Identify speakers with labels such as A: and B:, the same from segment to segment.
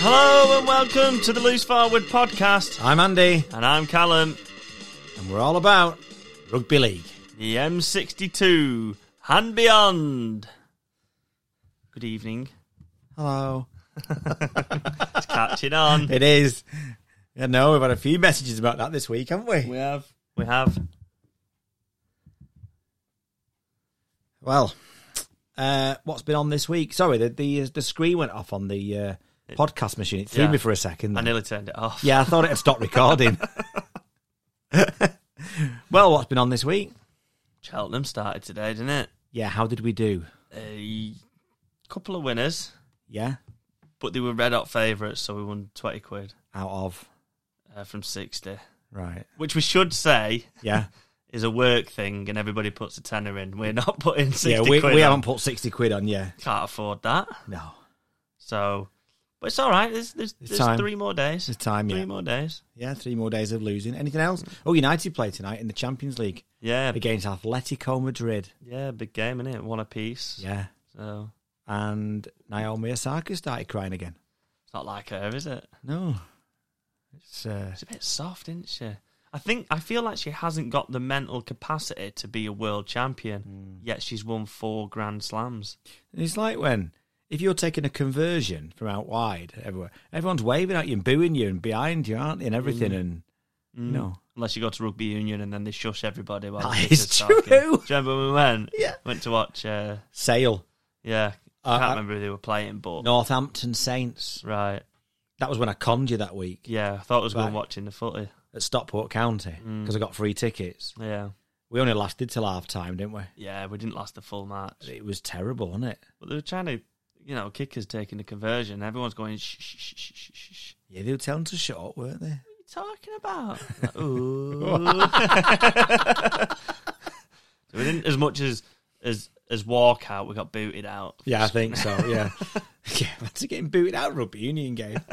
A: and welcome to the Loose Forward podcast.
B: I'm Andy,
A: And I'm Callum,
B: and we're all about rugby league.
A: the M62 and beyond. Good evening.
B: Hello.
A: It's catching on.
B: It is. I know we've had a few messages about that this week, haven't we?
A: have. We have.
B: Well, uh, what's been on this week? Sorry, the the, uh, the screen went off on the uh, podcast machine. It threw
A: yeah.
B: me for a second.
A: I nearly turned it off.
B: Yeah, I thought it had stopped recording. well, what's been on this week?
A: Cheltenham started today, didn't it?
B: Yeah, how did we do?
A: A couple of winners,
B: Yeah,
A: but they were red hot favourites, so we won 20 quid
B: out of
A: uh, from 60.
B: right.
A: Which we should say
B: Yeah,
A: is a work thing and everybody puts a tenner in. We're not putting 60
B: yeah. We,
A: quid
B: we
A: on.
B: haven't put sixty quid on. Yeah,
A: Can't afford that.
B: no,
A: So, but it's all right. There's there's, there's
B: time.
A: three more days.
B: it's time.
A: three
B: Yeah,
A: more days.
B: yeah. Three more days of losing. Anything else? Oh, United play tonight in the Champions League
A: Yeah, big,
B: against Atletico Madrid.
A: yeah, big game in it. One apiece.
B: Yeah,
A: So
B: and Naomi Osaka started crying again.
A: it's not like her, is it?
B: No, it's uh,
A: She's a bit soft, isn't she? I think I feel like she hasn't got the mental capacity to be a world champion.
B: Mm.
A: Yet she's won four Grand Slams.
B: It's like when if you're taking a conversion from out wide everywhere, everyone's waving at you and booing you and behind you, aren't they? And everything and you know.
A: Unless you go to rugby union and then they shush everybody. While
B: That
A: the
B: is
A: kids are talking.
B: true.
A: Do you remember when we went?
B: Yeah.
A: Went to watch. Uh,
B: Sale.
A: yeah,
B: Uh,
A: I can't
B: uh,
A: remember who they were playing, but
B: Northampton Saints.
A: right.
B: That was when I conned you that week
A: Yeah, I thought it was one
B: Right.
A: watching the footy.
B: at Stockport County because I got free tickets.
A: Yeah.
B: We only lasted till half time, didn't we?
A: Yeah, we didn't last the full match.
B: It was terrible, wasn't it?
A: But they were trying to, you know, kickers taking the conversion. Everyone's going, shh, shh, shh, shh, shh, shh, shh.
B: Yeah, they were telling us to shut up, weren't they?
A: What are you talking about? Like, "Ooh." so we didn't, as much as as as walk out, we got booted out.
B: Yeah, I think so. Yeah, yeah. That's getting booted out of rugby union game.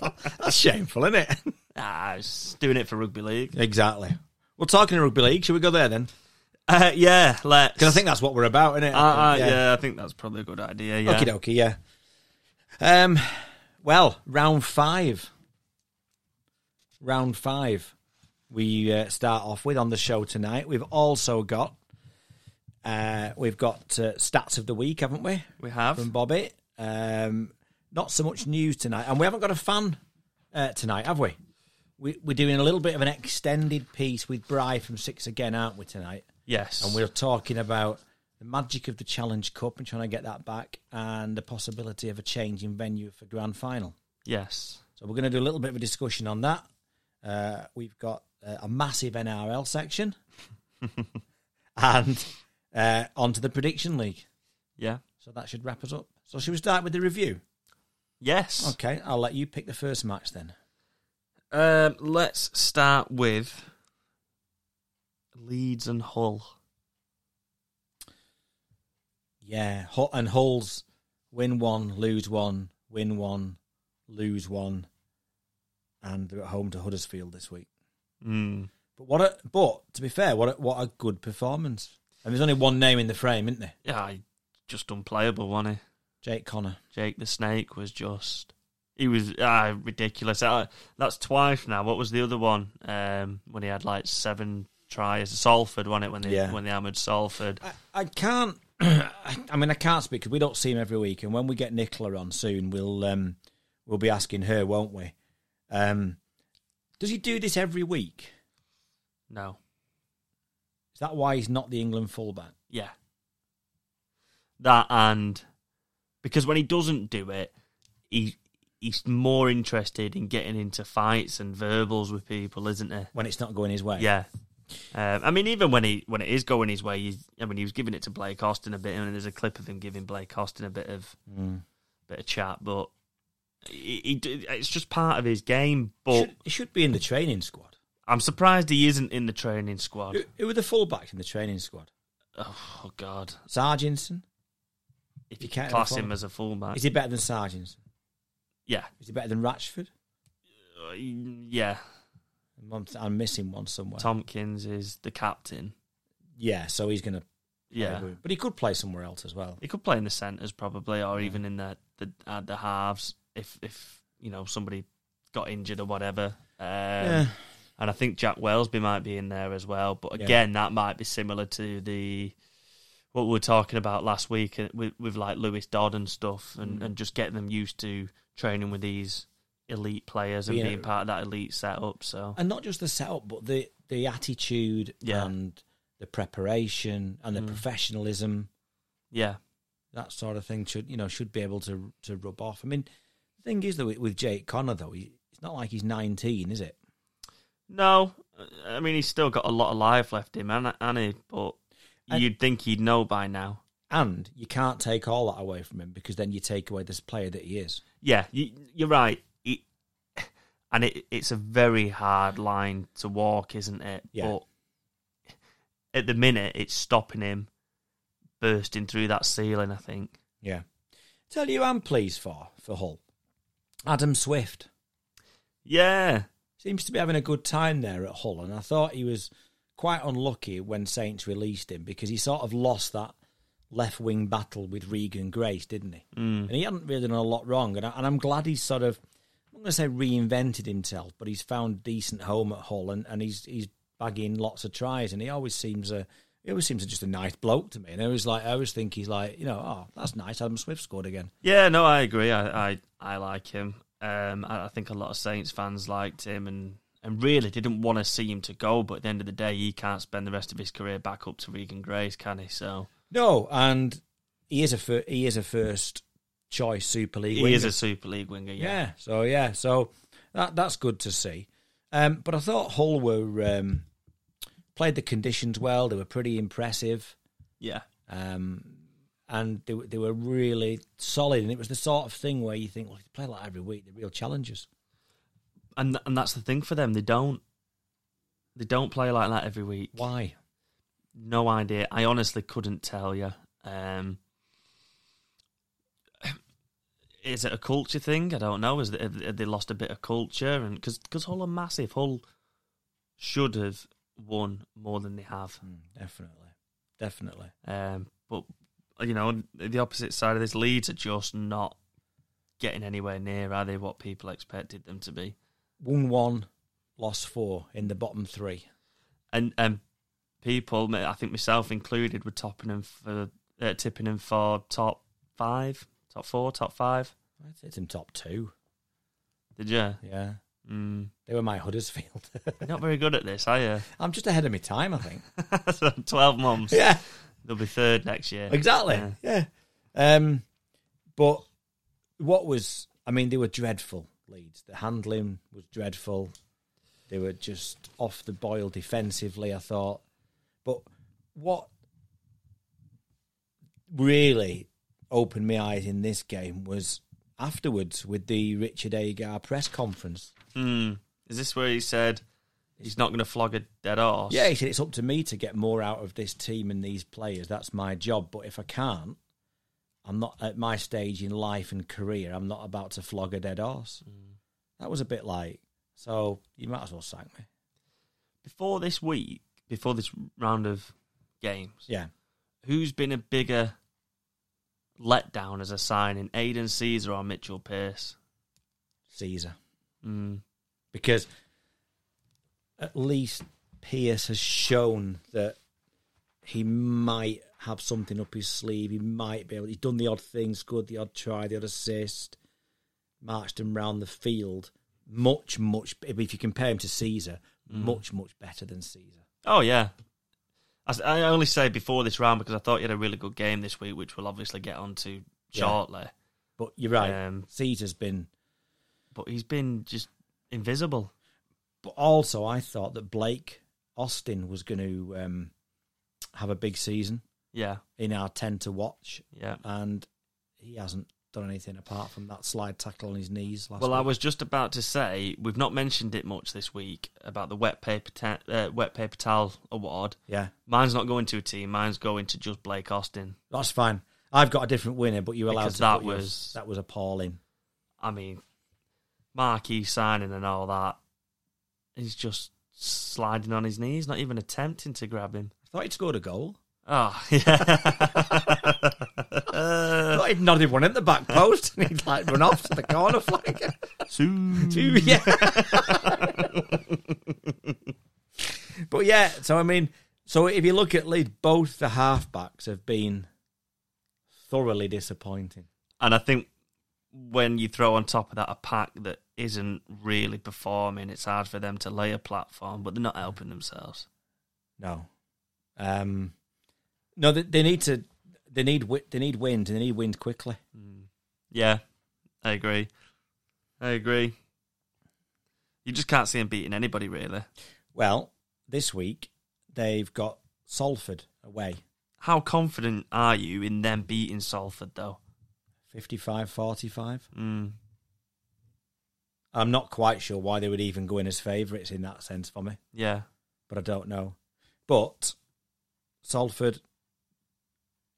B: That's shameful, isn't it?
A: Ah, just doing it for rugby league.
B: Exactly. Well, talking of rugby league, should we go there then?
A: Uh, yeah, let's.
B: Because I think that's what we're about, isn't it?
A: uh, uh, yeah. I think that's probably a good idea. Yeah.
B: Okie dokie, Ah, yeah. Um, well, round five. Round five. We uh, start off with on the show tonight. We've also got uh, we've got uh, stats of the week, haven't we?
A: We have.
B: From Bobby. Um, not so much news tonight, and we haven't got a fan uh, tonight, have we? we? We're doing a little bit of an extended piece with Bry from Six again, aren't we tonight?
A: yes.
B: and we are talking about the magic of the Challenge Cup and trying to get that back, and the possibility of a change in venue for grand final.
A: yes.
B: So we're going to do a little bit of a discussion on that. Uh, we've got uh, a massive NRL section, and uh, onto the prediction league.
A: Yeah.
B: So that should wrap us up. So should we start with the review?
A: Yes.
B: Okay, I'll let you pick the first match then.
A: Um, let's start with Leeds and Hull.
B: Yeah, Hull- and Hulls win one, lose one, win one, lose one, and they're at home to Huddersfield this week.
A: Mm.
B: But what a but to be fair, what a, what a good performance. And there's only one name in the frame, isn't there?
A: Yeah, he- just unplayable, wasn't he?
B: Jake Connor.
A: Jake the Snake was just. He was ah, ridiculous. Ah, that's twice now. What was the other one? Um, when he had like seven tries. Salford won it when they
B: Yeah.
A: when they hammered Salford.
B: I, I can't. I I mean, I can't speak because we don't see him every week. And when we get Nicola on soon, we'll um, we'll be asking her, won't we? Um, does he do this every week?
A: No,
B: Is that why he's not the England fullback?
A: yeah, that and because when he doesn't do it, he he's more interested in getting into fights and verbals with people, isn't he?
B: When it's not going his way,
A: Yeah. Um, I mean, even when he when it is going his way, he's, I mean, he was giving it to Blake Austin a bit, and there's a clip of him giving Blake Austin a bit of
B: Mm.
A: bit of chat, but he, he d- it's just part of his game. But
B: should, he should be in the training squad.
A: I'm surprised he isn't in the training squad.
B: Who, who are the fullbacks in the training squad?
A: Oh God,
B: Sargenson.
A: if
B: He
A: you
B: can't
A: class
B: afford
A: him
B: it.
A: as a fullback,
B: Is he better than Sargenson?
A: yeah,
B: Is he better than Ratchford?
A: Uh, yeah.
B: I'm, I'm missing one somewhere.
A: Tompkins is the captain.
B: Yeah, so he's going to
A: Yeah,
B: Probably. But he could play somewhere else as well.
A: he could play in the centres probably, or even in the the, uh, the halves if if you know somebody got injured or whatever. Um,
B: yeah.
A: And I think Jack Wellesby might be in there as well. But
B: Yeah.
A: again, that might be similar to the what we were talking about last week uh, with, with like Lewis Dodd and stuff, and, and just getting them used to training with these elite players and
B: Being-
A: being part of that elite setup. So
B: and not just the setup, but the the attitude
A: Yeah. Mm.
B: and the preparation and the professionalism,
A: yeah,
B: that sort of thing should you know should be able to to rub off. I mean, the thing is though with- with Jake Connor though, he, it's not like he's nineteen, is it?
A: no, uh, I mean he's still got a lot of life left in him, and he, but
B: And-
A: you'd think he'd know by now.
B: And you can't take all that away from him because then you take away this player that he is.
A: Yeah, you, you're right. It, and it, it's a very hard line to walk, isn't it?
B: Yeah.
A: But at the minute, it's stopping him bursting through that ceiling. I think.
B: Yeah. Tell you, who I'm pleased for for Hull. Adam Swift
A: Yeah,
B: seems to be having a good time there at Hull, and I thought he was quite unlucky when Saints released him because he sort of lost that left wing battle with Regan Grace, didn't he?
A: Hmm.
B: And he hadn't really done a lot wrong, and, I, and I'm glad he's sort of I'm not going to say reinvented himself, but he's found decent home at Hull, and, and he's he's bagging lots of tries, and he always seems a he always seems just a nice bloke to me, and I was like I always think he's like you know oh that's nice Adam Swift scored again.
A: yeah. No, I agree. I I, I like him. Um, I, I think a lot of Saints fans liked him and. And really didn't want to see him to go, but at the end of the day, he can't spend the rest of his career back up to Regan Grace, can he? So
B: No, and he is a fir- he is a first choice Super League.
A: he
B: winger.
A: is a Super League winger.
B: yeah. So yeah, so that that's good to see. Um, but I thought Hull were um, played the conditions well. They were pretty impressive,
A: yeah.
B: um, and they were- they were really solid. And it was the sort of thing where you think, well, if they play like every week. They're real challengers.
A: and and that's the thing for them. They don't they don't play like that every week.
B: Why?
A: No idea. I honestly couldn't tell you. Um, is it a culture thing? I don't know. Is it, have they lost a bit of culture? And because Hull are massive, Hull should have won more than they have.
B: Mm, definitely, definitely.
A: Um, but you know, the opposite side of this, Leeds are just not getting anywhere near are they what people expected them to be.
B: Won one, lost four in the bottom three.
A: and um, people, I think myself included, were topping him for uh, tipping him for top five, top four, top five.
B: I'd say it's in top two.
A: Did you?
B: Yeah,
A: Mm.
B: they were my Huddersfield.
A: You're not very good at this, are you?
B: I'm just ahead of my time, I think.
A: So Twelve months.
B: yeah,
A: They'll be third next year.
B: exactly. Yeah. Um, but what was? I mean, they were dreadful leads. The handling was dreadful. They were just off the boil defensively. I thought, but what really opened my eyes in this game was afterwards with the Richard Agar press conference.
A: Mm. Is this where he said he's not going to flog a dead horse?
B: Yeah, he said it's up to me to get more out of this team and these players. That's my job. But if I can't, I'm not at my stage in life and career. I'm not about to flog a dead horse. That was a bit like, so you might as well sack me.
A: Before this week, before this round of games,
B: Yeah,
A: who's been a bigger letdown as a signing, Aiden Caesar or Mitchell Pearce?
B: Caesar,
A: Mm.
B: because at least Pierce has shown that he might have something up his sleeve. He might be able. He's done the odd things, good the odd try, the odd assist, marched him round the field. Much, much. If you compare him to Caesar, much, much better than Caesar.
A: Oh yeah. I, s- I only say before this round because I thought you had a really good game this week, which we'll obviously get onto shortly.
B: But you're right.
A: Um,
B: Caesar's been.
A: but he's been just invisible.
B: But also, I thought that Blake Austin was going to um, have a big season
A: Yeah,
B: in our ten to watch,
A: yeah.
B: and he hasn't done anything apart from that slide tackle on his knees last.
A: Well,
B: week.
A: I was just about to say we've not mentioned it much this week about the wet paper ta- uh, wet paper towel award.
B: yeah,
A: Mine's not going to a team. Mine's going to just Blake Austin.
B: that's fine. I've got a different winner, but you allowed
A: Because
B: to
A: that
B: put yours.
A: was-
B: that was appalling.
A: I mean, marquee signing and all that. He's just sliding on his knees, not even attempting to grab him. Ah,
B: I thought he'd scored a goal.
A: Oh, yeah.
B: I thought he'd nodded one at the back post and he'd like run off to the corner flag.
A: Soon.
B: yeah. but yeah, so I mean, so if you look at Leeds, both the halfbacks have been thoroughly disappointing.
A: And I think when you throw on top of that a pack that isn't really performing, it's hard for them to lay a platform, but they're not helping themselves.
B: No, um, no, they, they need to. They need wi- they need wind and they need wind quickly.
A: Hmm. Yeah, I agree. I agree. You just can't see them beating anybody, really.
B: Well, this week they've got Salford away,
A: How confident are you in them beating Salford, though?
B: 55-45.
A: Mm.
B: I'm not quite sure why they would even go in as favourites in that sense for me.
A: Yeah.
B: but I don't know. But Salford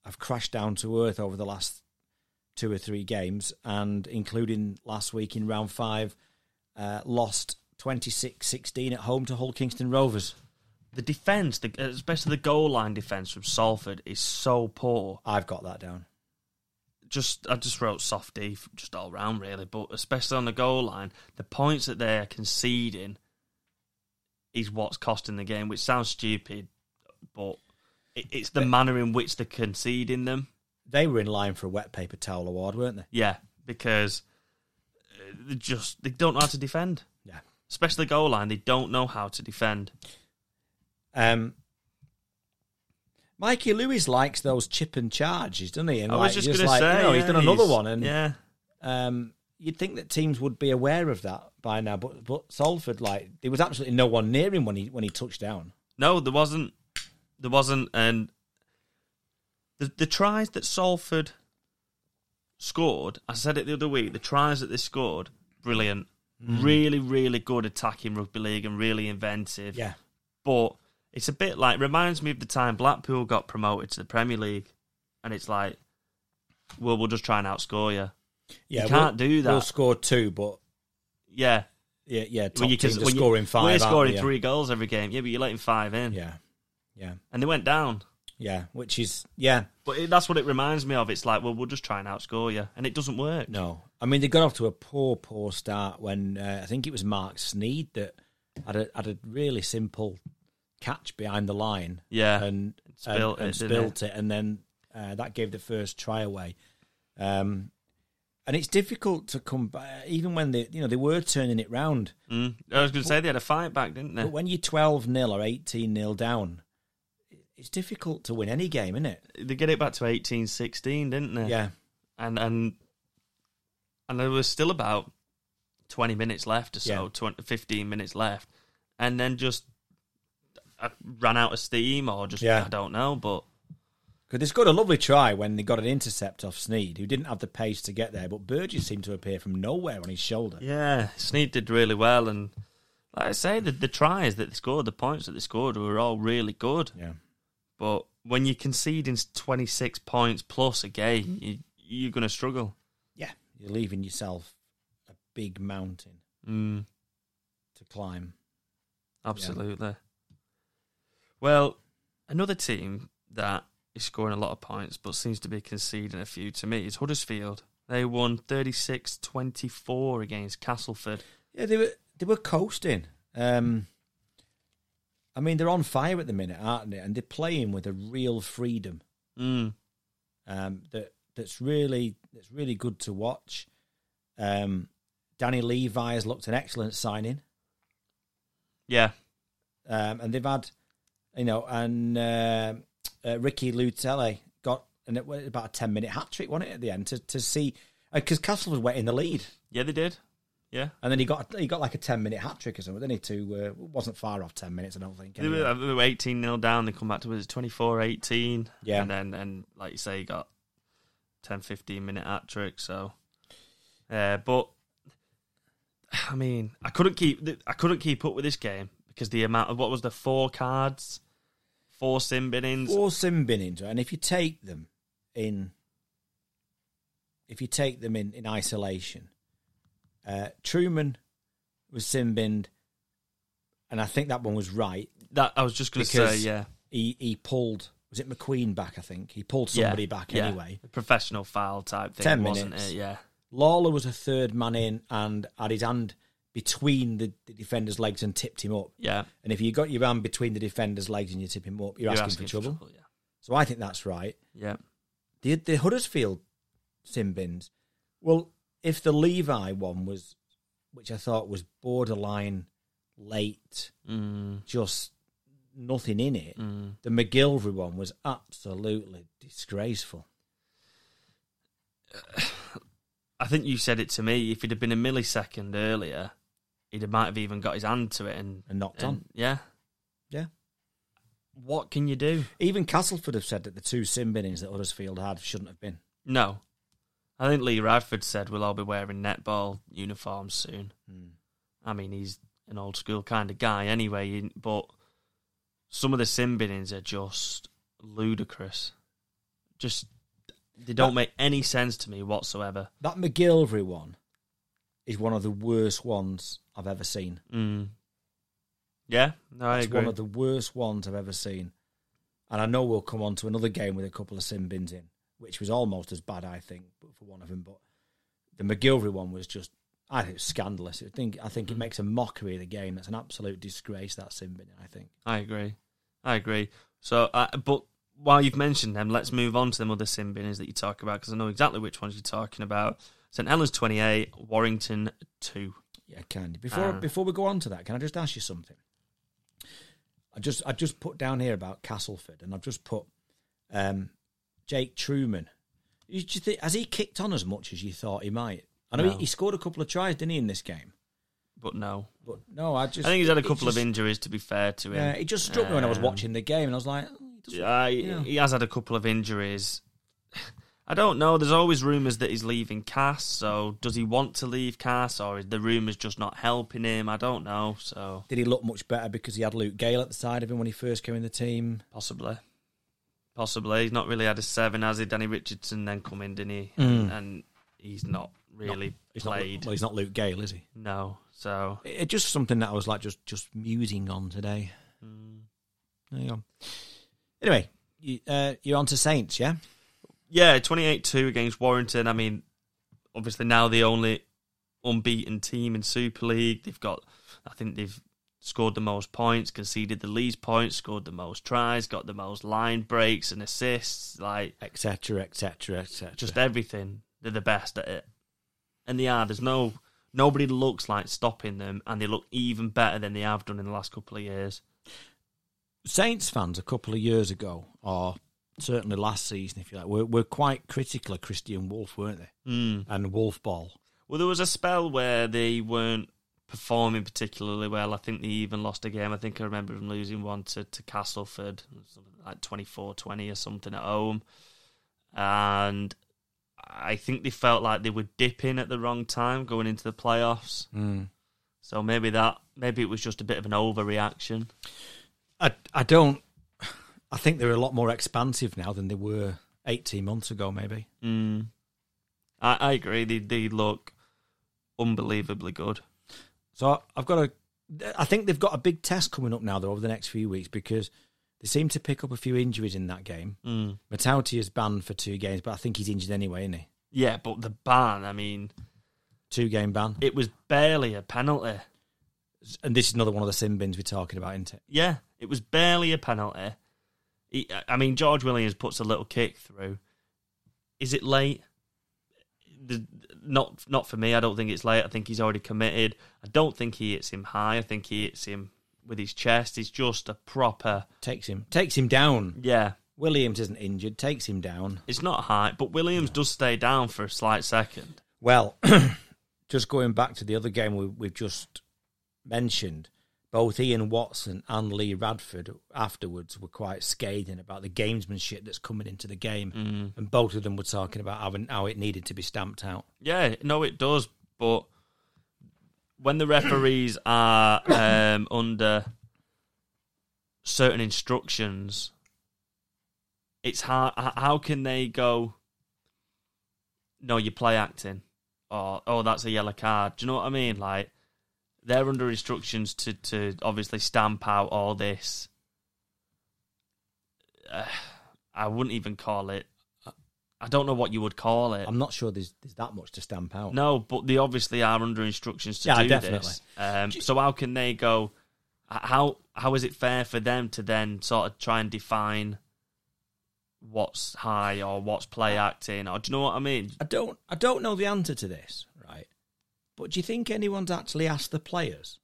B: have crashed down to earth over the last two or three games, and including last week in round five, uh, lost 26 16 at home to Hull Kingston Rovers.
A: The defence, the, especially the goal line defence from Salford, is so poor.
B: I've got that down.
A: just I just wrote soft D f- just all round really, but especially on the goal line, the points that they're conceding is what's costing the game, which sounds stupid, but it, it's the manner in which they're conceding them.
B: They were in line for a wet paper towel award, weren't they?
A: Yeah, because uh, they just they don't know how to defend,
B: Yeah.
A: especially the goal line. They don't know how to defend.
B: Um, Mikey Lewis likes those chip and charges, doesn't he? And
A: I was
B: like,
A: just,
B: just
A: going
B: like,
A: to say,
B: you know, he's
A: yeah,
B: done another one, and
A: yeah,
B: Um, you'd think that teams would be aware of that by now, but but Salford, like there was absolutely no one near him when he when he touched down.
A: No, there wasn't. There wasn't, and the the tries that Salford scored. I said it the other week. The tries that they scored, brilliant,
B: Mm-hmm.
A: really, really good attacking rugby league, and really inventive.
B: Yeah,
A: But it's a bit like reminds me of the time Blackpool got promoted to the Premier League, and it's like, well, we'll just try and outscore you.
B: yeah,
A: You can't
B: we'll-
A: do that.
B: We'll score two, but
A: Yeah,
B: yeah, yeah, top
A: when you can-
B: teams are
A: when you-
B: scoring five.
A: we're
B: aren't
A: scoring
B: they?
A: three goals every game. Yeah, but you're letting five in,
B: Yeah, yeah,
A: and they went down.
B: yeah, which is yeah,
A: But it, that's what it reminds me of. It's like, well, we'll just try and outscore you, and it doesn't work.
B: no. I mean, they got off to a poor, poor start when uh, I think it was Mark Sneed that had a had a really simple catch behind the line
A: Yeah,
B: and
A: Spilt
B: and, and
A: it, didn't
B: spilt it, and then uh, that gave the first try away. Um, and it's difficult to come back, even when they, you know, they were turning it round.
A: Mm. I was going to say they had a fight back, didn't they?
B: But when you're twelve 0 or eighteen 0 down, it's difficult to win any game, isn't it?
A: They get it back to eighteen sixteen, didn't they?
B: Yeah,
A: and and and there was still about twenty minutes left or so,
B: Yeah.
A: 20, fifteen minutes left, and then just I ran out of steam, or just
B: Yeah.
A: I don't know, but
B: because they scored a lovely try when they got an intercept off Sneed, who didn't have the pace to get there, but Burgess seemed to appear from nowhere on his shoulder.
A: yeah, Sneed did really well, and like I say, the, the tries that they scored, the points that they scored, were all really good.
B: Yeah,
A: But when you're conceding 26 points plus a game, you, you're going to struggle.
B: yeah, you're leaving yourself a big mountain
A: Mm,
B: to climb.
A: absolutely. Well, another team that is scoring a lot of points but seems to be conceding a few to me is Huddersfield. They won 36 24 against Castleford.
B: Yeah, they were they were coasting. Um, I mean, they're on fire at the minute, aren't they? And they're playing with a real freedom
A: Mm,
B: um, that that's really that's really good to watch. Um, Danny Levi has looked an excellent signing,
A: yeah,
B: um, and they've had you know, and uh, uh, Ricky Lutele got an, about a ten minute hat trick, wasn't it, at the end to to see uh, because Castleford went in the lead,
A: yeah, they did. Yeah.
B: and then he got he got like a ten minute hat trick or something. Then he two uh, wasn't far off ten minutes, I don't think.
A: They
B: anyway.
A: were, they were 18 0 down. They come back to us 24 18.
B: Yeah.
A: And then, and like you say, you got 10 15 minute hat trick. So, uh, but I mean, I couldn't keep I couldn't keep up with this game because the amount of what was the four cards, four sin binnings.
B: Four sim binnings, right? and if you take them in, if you take them in in isolation, uh, Truman was sim binned, and I think that one was right.
A: That I was just going to say,
B: Because-
A: yeah.
B: He he pulled was was it McQueen back? I think he pulled somebody back
A: yeah.
B: anyway.
A: Professional foul type thing,
B: 10
A: wasn't
B: minutes.
A: it? Yeah.
B: Lawler was a third man in and had his hand between the, the defender's legs and tipped him up.
A: Yeah.
B: And if you got your hand between the defender's legs and you tip him up, you're, asking, for trouble. So I think that's right.
A: Yeah. Yeah.
B: The the Huddersfield sin bins. Well, if the Levi one was, which I thought was borderline late,
A: Mm,
B: just nothing in it.
A: mm.
B: The McGilvery one was absolutely disgraceful.
A: I think you said it to me. If he'd have been a millisecond earlier, he'd might have even got his hand to it and
B: And knocked
A: and-
B: on.
A: Yeah.
B: Yeah.
A: What can you do?
B: Even Castleford have said that the two sin binnings that Huddersfield had shouldn't have been.
A: No. I think Lee Radford said we'll all be wearing netball uniforms soon. I mean, he's an old school kind of guy anyway, he- but some of the sin binnings are just ludicrous. Just, they don't
B: That-
A: make any sense to me whatsoever.
B: That McGilvery one is one of the worst ones I've ever seen.
A: Mm. Yeah, no, I
B: It's
A: agree.
B: one of the worst ones I've ever seen. And I know we'll come on to another game with a couple of sin bins in, which was almost as bad, I think, but for one of them. But the McGilvery one was just, I think, it was scandalous. I think I
A: Mm.
B: think it makes a mockery of the game. That's an absolute disgrace. That sin bin, I think.
A: I agree. I agree. So, uh, but while you've mentioned them, let's move on to them other sin bins that you talk about because I know exactly which ones you're talking about. St Helens 28, Warrington 2.
B: Yeah, kind. Before
A: Ah.
B: before we go on to that, can I just ask you something? I just I just put down here about Castleford, and I've just put um, Jake Truman. You, do you think has he kicked on as much as you thought he might? I know
A: No.
B: he, he scored a couple of tries, didn't he, in this game?
A: But no,
B: But no, I just
A: I think he's had a
B: it
A: couple
B: just-
A: of injuries. To be fair to him,
B: Yeah, it just struck me when I was
A: Um,
B: watching the game, and I was like, oh, he doesn't-
A: I,
B: Yeah.
A: he has had a couple of injuries. I don't know. There's always rumours that he's leaving Cass. So, does he want to leave Cass, or is the rumours just not helping him? I don't know. So,
B: did he look much better because he had Luke Gale at the side of him when he first came in the team?
A: Possibly. Possibly. He's not really had a seven, has he? Danny Richardson then come in, didn't he? And, and he's not really
B: He's Hmm. not Luke-
A: played.
B: well, he's not Luke Gale, is he?
A: no. So
B: It, it just something that I was like just just musing on today. There you go. Anyway, you, uh, you're on to Saints, yeah?
A: yeah, twenty eight two against Warrington. I mean, obviously now the only unbeaten team in Super League. They've got I think they've scored the most points, conceded the least points, scored the most tries, got the most line breaks and assists, like
B: Etc. Etc. Etc.
A: just everything. They're the best at it, and they are. There's no nobody looks like stopping them, and they look even better than they have done in the last couple of years.
B: Saints fans a couple of years ago, or certainly last season, if you like, were, were quite critical of Christian Wolf, weren't they?
A: Mm.
B: And Wolf Ball.
A: Well, there was a spell where they weren't performing particularly well. I think they even lost a game. I think I remember them losing one to to Castleford, something like 24-20 or something at home, and. I think they felt like they were dipping at the wrong time going into the playoffs. So maybe that, maybe it was just a bit of an overreaction.
B: I I don't. I think they're a lot more expansive now than they were 18 months ago, maybe.
A: Mm. I, I agree. They they look unbelievably good.
B: So I've got a. I think they've got a big test coming up now, though, over the next few weeks because they seem to pick up a few injuries in that game.
A: Mm.
B: Matauti is banned for two games, but I think he's injured anyway, isn't he?
A: Yeah, but the ban. I mean,
B: Two game ban.
A: it was barely a penalty.
B: And this is another one of the sin bins we're talking about, isn't it?
A: Yeah, it was barely a penalty. He, I- I mean, George Williams puts a little kick through. Is it late? The, not not for me. I don't think it's late. I think he's already committed. I don't think he hits him high. I think he hits him with his chest. It's just a proper
B: Takes him. Takes him down.
A: yeah.
B: Williams isn't injured, takes him down.
A: It's not high, but Williams does stay down for a slight second.
B: Well, just going back to the other game we, we've just mentioned, both Ian Watson and Lee Radford afterwards were quite scathing about the gamesmanship that's coming into the game.
A: Mm.
B: And both of them were talking about how, how it needed to be stamped out.
A: Yeah, no, it does. But when the referees are um, under certain instructions, it's hard. h- How can they go? No, you play acting, or oh, that's a yellow card. Do you know what I mean? Like they're under instructions to to obviously stamp out all this. Uh, I wouldn't even call it. I don't know what you would call it.
B: I'm not sure there's there's that much to stamp out.
A: No, but they obviously are under instructions to
B: Yeah,
A: do
B: definitely.
A: this. Um, so how can they go? h- How how is it fair for them to then sort of try and define what's high or what's play acting or do you know what I mean?
B: I don't I don't know the answer to this, right? But do you think anyone's actually asked the players?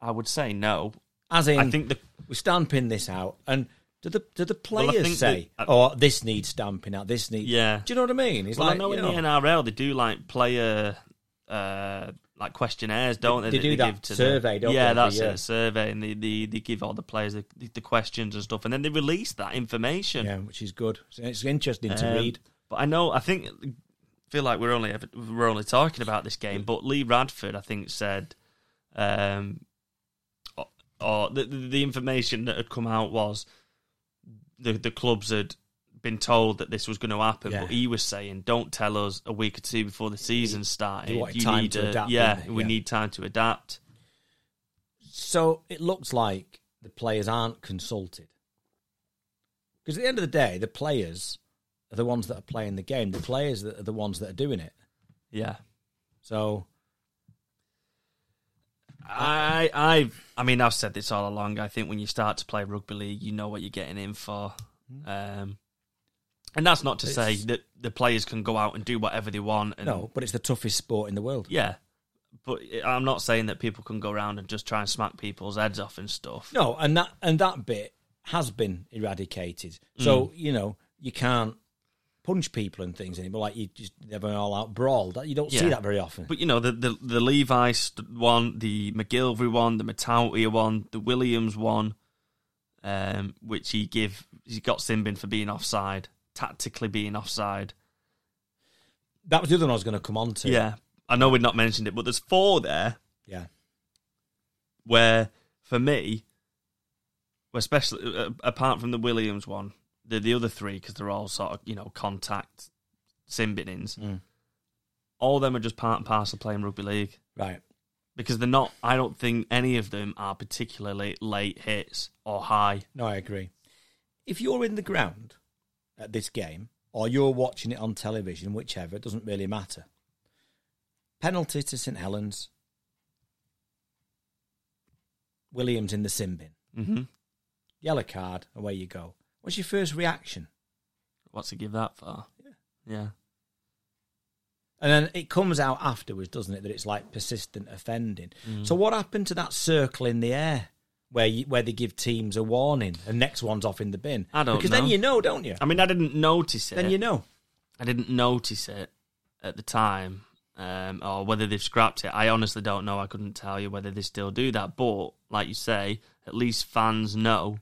A: I would say no.
B: As in,
A: I think the
B: we stamping this out, and do the do the
A: I
B: players
A: think
B: say,
A: that- uh,
B: "Oh, this needs stamping out. This needs."
A: yeah.
B: Do you know what I mean? It's
A: Well,
B: like
A: I know
B: you
A: in the NRL they do like player uh, like questionnaires, don't they?
B: They do that
A: the-
B: survey, don't
A: yeah,
B: they,
A: that's
B: every
A: it,
B: year?
A: a survey, and they, they, they give all the players the, the questions and stuff, and then they release that information.
B: yeah, which is good. So It's interesting to
A: Um,
B: read.
A: But I know I think feel like we're only ever- we're only talking about this game. But Lee Radford, I think, said, um, or, or the the the information that had come out was the the clubs had been told that this was going to happen,
B: Yeah.
A: but he was saying, "Don't tell us a week or two before the season started.
B: They wanted time to adapt,
A: yeah,
B: didn't they?
A: we
B: Yeah.
A: need time to adapt."
B: So it looks like the players aren't consulted. Because at the end of the day, the players are the ones that are playing the game. The players that are the ones that are doing it.
A: Yeah.
B: So
A: I I I mean I've said this all along. I think when you start to play rugby league, you know what you're getting in for. Um, and that's not to say
B: It's-
A: that the players can go out and do whatever they want. And,
B: no, but it's the toughest sport in the world.
A: Yeah. But I'm not saying that people can go around and just try and smack people's heads off and stuff.
B: No, and that and that bit has been eradicated. So
A: Mm.
B: you know you can't punch people and things anymore. Like you just have an all-out brawl. That you don't see
A: Yeah.
B: that very often.
A: But you know the the, the Levi st- one, the McGilvery one, the Matautier one, the Williams one, um, which he give he got Simbin for being offside, tactically being offside.
B: that was the other one I was going to come on to.
A: Yeah, I know we've not mentioned it, but there's four there
B: yeah.
A: where, for me, especially uh, apart from the Williams one, the the other three because they're all sort of you know contact simbinins.
B: Mm.
A: All of them are just part and parcel playing rugby league
B: Right.
A: because they're not. I don't think any of them are particularly late hits or high.
B: No, I agree. If you're in the ground at this game or you're watching it on television, whichever, it doesn't really matter. Penalty to St Helens. Williams in the sin bin.
A: Mm-hmm.
B: Yellow card, away you go. What's your first reaction?
A: What's to give that for? Yeah, yeah.
B: And then it comes out afterwards, doesn't it, that it's like persistent offending.
A: Mm.
B: So what happened to that circle in the air where you, where they give teams a warning and next one's off in the bin?
A: I don't
B: because
A: know.
B: then you know, don't you?
A: I mean, I didn't notice it.
B: Then you know.
A: I didn't notice it at the time, um, or whether they've scrapped it. I honestly don't know. I couldn't tell you whether they still do that. But like you say, at least fans know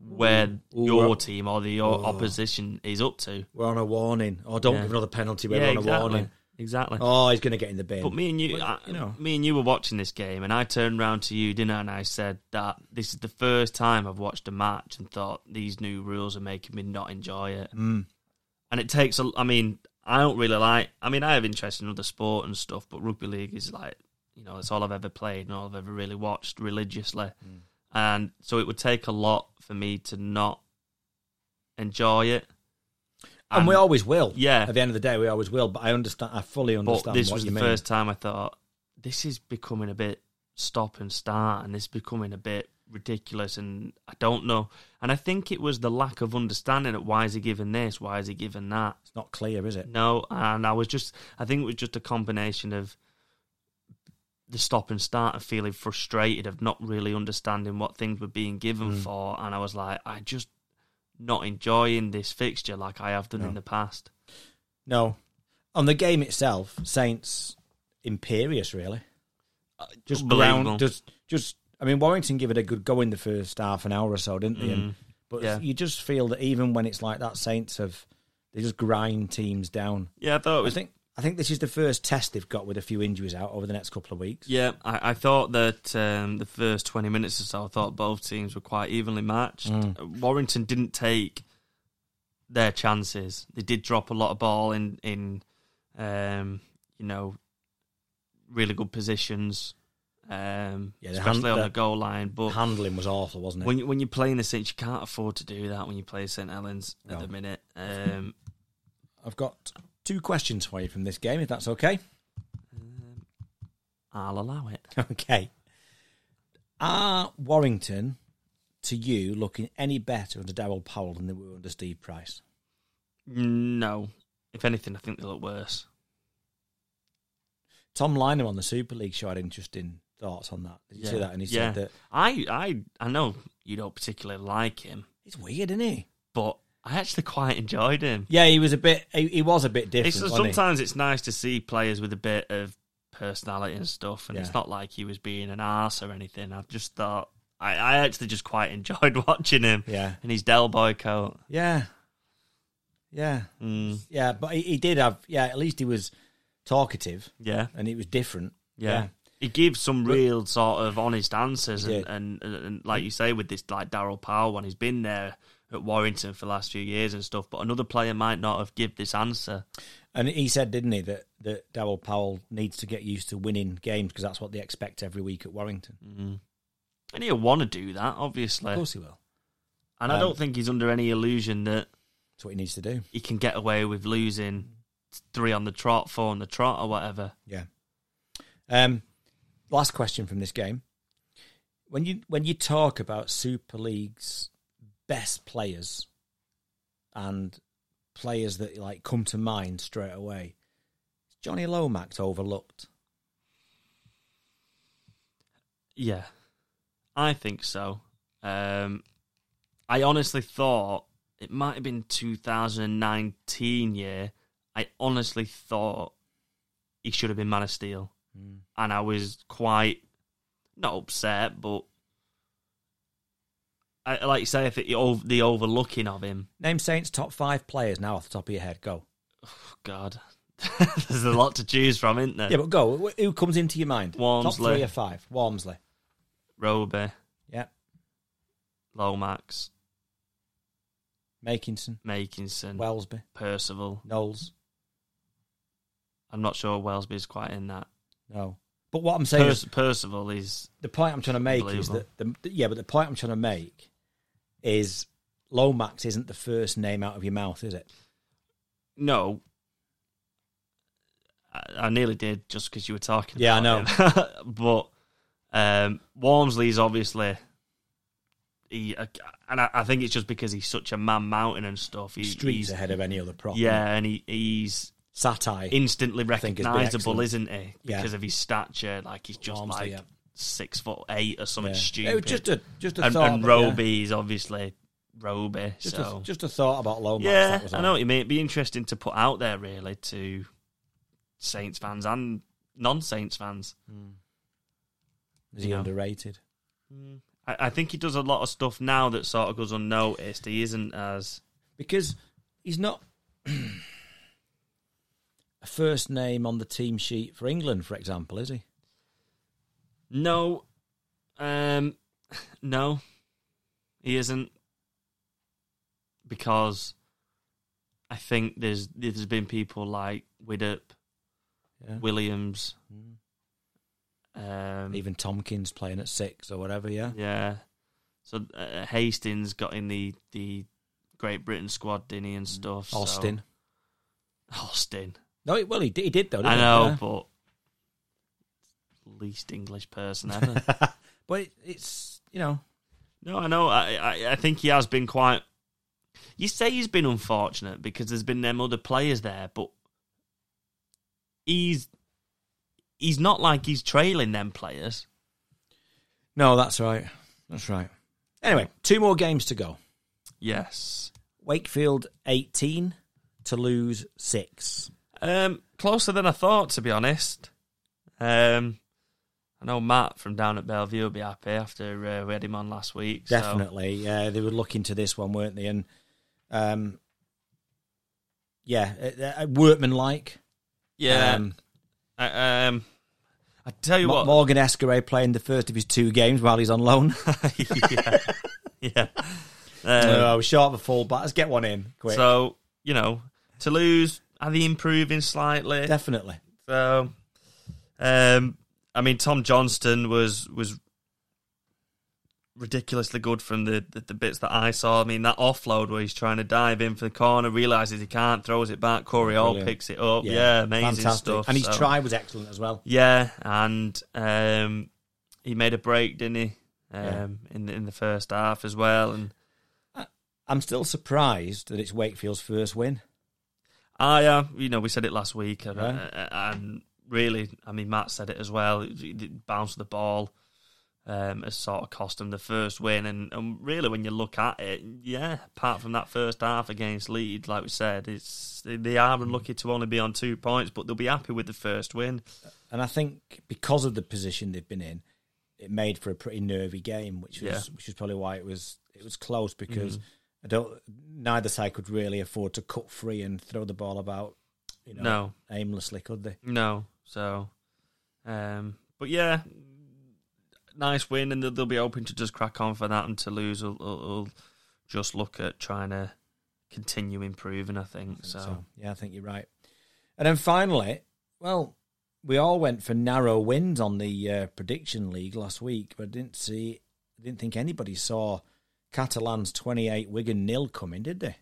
A: where
B: Mm. Ooh,
A: your
B: we're-
A: team or the your opposition is up to.
B: We're on a warning. Oh, don't
A: Yeah.
B: give another penalty. We're on a warning.
A: Exactly.
B: Oh, he's going to get in the bin.
A: But me and you,
B: Well,
A: I-
B: you know.
A: me and you were watching this game, and I turned round to you, didn't I? And I said that this is the first time I've watched a match and thought these new rules are making me not enjoy it.
B: Mm.
A: And it takes a. I mean, I don't really like. I mean, I have interest in other sport and stuff, but rugby league is like, you know, it's all I've ever played and all I've ever really watched religiously,
B: Mm.
A: and so it would take a lot for me to not enjoy it.
B: and, we always will.
A: Yeah.
B: At the end of the day, we always will. But I understand. I fully
A: But
B: understand.
A: this
B: what
A: was
B: you
A: the
B: mean.
A: first time I thought this is becoming a bit stop and start, and this is becoming a bit ridiculous. And I don't know. And I think it was the lack of understanding of why is he given this, why is he given that.
B: It's not clear, is it?
A: No, and I was just, I think it was just a combination of the stop and start and feeling frustrated of not really understanding what things were being given for. And I was like, I just not enjoying this fixture like I have done in the past.
B: No. On the game itself, Saints imperious really. Just
A: Unbelievable.
B: ground. Just just. I mean, Warrington give it a good go in the first half an hour or so, didn't they? And, but
A: Mm-hmm. Yeah.
B: you just feel that even when it's like that, Saints have they just grind teams down.
A: Yeah, I thought it
B: I
A: was
B: think I think this is the first test they've got with a few injuries out over the next couple of weeks.
A: Yeah, I, I thought that um, the first 20 minutes or so, I thought both teams were quite evenly matched.
B: Mm.
A: Warrington didn't take their chances. They did drop a lot of ball in, in um, you know, really good positions. um,
B: Yeah, the hand-
A: especially on
B: the-
A: the goal line. But
B: Handling was awful, wasn't it?
A: when you, when you're playing the Saints, you can't afford to do that when you play St. Helens
B: No.
A: at the minute. Um,
B: I've got two questions for you from this game, if that's okay.
A: I'll allow it.
B: Okay. Are Warrington, to you, looking any better under Daryl Powell than they were under Steve Price?
A: No, if anything, I think they look worse.
B: Tom Liner on the Super League show had interesting thoughts on that. Did you see that? And he
A: Yeah.
B: said that
A: I, I, I know you don't particularly like him,
B: it's weird, isn't he?
A: but I actually quite enjoyed him.
B: Yeah, he was a bit. He, he was a bit different.
A: It's
B: wasn't he?
A: sometimes it's nice to see players with a bit of personality and stuff, and
B: Yeah.
A: it's not like he was being an arse or anything. I just thought I, I actually just quite enjoyed watching him
B: Yeah,
A: in his Del Boy coat.
B: yeah, yeah,
A: Mm,
B: yeah. But he, he did have. Yeah, at least he was talkative
A: yeah,
B: and it was different.
A: yeah.
B: Yeah.
A: He gives some real sort of honest answers,
B: He
A: and,
B: did.
A: and, and, and like you say with this, like Daryl Powell, when he's been there at Warrington for the last few years and stuff, but another player might not have give this answer.
B: And he said, didn't he, that that Daryl Powell needs to get used to winning games because that's what they expect every week at Warrington.
A: And he'll want to do that, obviously.
B: Of course he will.
A: And I
B: Um,
A: don't think he's under any illusion that
B: That's what he needs to do.
A: he can get away with losing three on the trot, four on the trot, or whatever.
B: Yeah. Um, last question from this game. When you when you talk about Super League's best players and players that like come to mind straight away, is Johnny Lomax overlooked.
A: Yeah, I think so. Um, I honestly thought it might have been 2019 year. I honestly thought he should have been Man of Steel,
B: Hmm.
A: and I was quite not upset, but I like you say, I think the, ov- the overlooking of him.
B: Name Saints top five players now off the top of your head. Go.
A: Oh, God, there's a lot to choose from, isn't there?
B: Yeah, but go. Who comes into your mind? Top
A: Walmsley.
B: three or five. Walmsley.
A: Roby,
B: Yeah.
A: Lomax,
B: Makinson.
A: Makinson,
B: Wellsby.
A: Percival.
B: Knowles.
A: I'm not sure Wellsby's quite in that.
B: No. But what I'm saying is
A: Perci- Percival is
B: the point I'm trying to make is
A: Unbelievable.
B: that the, the- yeah, but the point I'm trying to make is Lomax isn't the first name out of your mouth, is it?
A: no. I, I nearly did just because you were talking.
B: Yeah,
A: about him. but um, Wormsley's obviously. He, and I, I think it's just because he's such a man mountain and stuff. He,
B: Streets
A: he's,
B: ahead of any other prop.
A: yeah, and he, he's
B: satire.
A: instantly
B: think has been
A: recognizable,
B: excellent.
A: isn't he?
B: Yeah.
A: Because of his stature, like he's just
B: Wormsley,
A: like
B: yeah.
A: six foot eight or something
B: Yeah.
A: stupid.
B: It was just a just a
A: and,
B: thought,
A: and
B: but yeah.
A: Roby's obviously Roby.
B: Just,
A: so
B: a, just a thought about Lomax.
A: yeah,
B: that was
A: I
B: all.
A: know what you mean. It'd be interesting to put out there really to Saints fans and non-Saints fans.
B: Is he
A: you know.
B: underrated?
A: I, I think he does a lot of stuff now that sort of goes unnoticed. He isn't as
B: Because he's not a first name on the team sheet for England, for example, is he?
A: no, um, no, he isn't because I think there's there's been people like Widup,
B: Yeah. Hmm.
A: Williams, um,
B: Even Tompkins playing at six or whatever, yeah.
A: Yeah. So uh, Hastings got in the the Great Britain squad, didn't he, and stuff. so-
B: Austin.
A: Austin.
B: No, he- well, he did, he Oh, did though. Didn't
A: I
B: he?
A: know,
B: Yeah.
A: but least English person ever.
B: But it, it's you know
A: no, I know. I, I I think he has been quite. You say he's been unfortunate because there's been them other players there, but he's he's not like he's trailing them players.
B: no, that's right, that's right. Anyway, two more games to go.
A: Yes.
B: Wakefield eighteen, Toulouse six.
A: Um, closer than I thought, to be honest. Um, I know Matt from down at Bellevue will be happy after uh, we had him on last week. so-
B: Definitely, yeah, they were looking to this one, weren't they? And um, yeah, uh, uh, workman like.
A: yeah.
B: um,
A: I, um, I tell you
B: Mo-
A: what.
B: Morgan Escaray playing the first of his two games while he's on loan.
A: yeah. yeah. Um,
B: oh, we're short of a full back. Let's get one in quick.
A: so you know, Toulouse are they improving slightly?
B: Definitely.
A: So, um, I mean, Tom Johnston was was ridiculously good from the, the, the bits that I saw. I mean, that offload where he's trying to dive in for the corner, realizes he can't, throws it back. Corey Hall
B: Brilliant.
A: picks it up. Yeah, amazing
B: fantastic.
A: stuff.
B: And his
A: so-
B: try was excellent as well.
A: Yeah, and um, he made a break, didn't he? Um,
B: Yeah.
A: in the, in the first half as well, and
B: I'm still surprised that it's Wakefield's first win.
A: I, uh, you know, we said it last week, and,
B: Yeah.
A: uh, and really, I mean, Matt said it as well. The the bounce of the ball um, has sort of cost him the first win, and, and really, when you look at it, yeah, apart from that first half against Leeds, like we said, it's they are
B: Mm.
A: unlucky to only be on two points, but they'll be happy with the first win.
B: And I think because of the position they've been in, it made for a pretty nervy game, which was
A: Yeah.
B: which is probably why it was it was close
A: Mm.
B: because I don't neither side could really afford to cut free and throw the ball about, you know,
A: No,
B: aimlessly, could they?
A: No. So, um, but yeah, nice win, and they'll, they'll be hoping to just crack on for that, and to lose will, will, will just look at trying to continue improving. I think so.
B: So yeah, I think you're right. And then finally, well, we all went for narrow wins on the uh, prediction league last week, but I didn't see, I didn't think anybody saw Catalan's 28 Wigan nil coming, did they?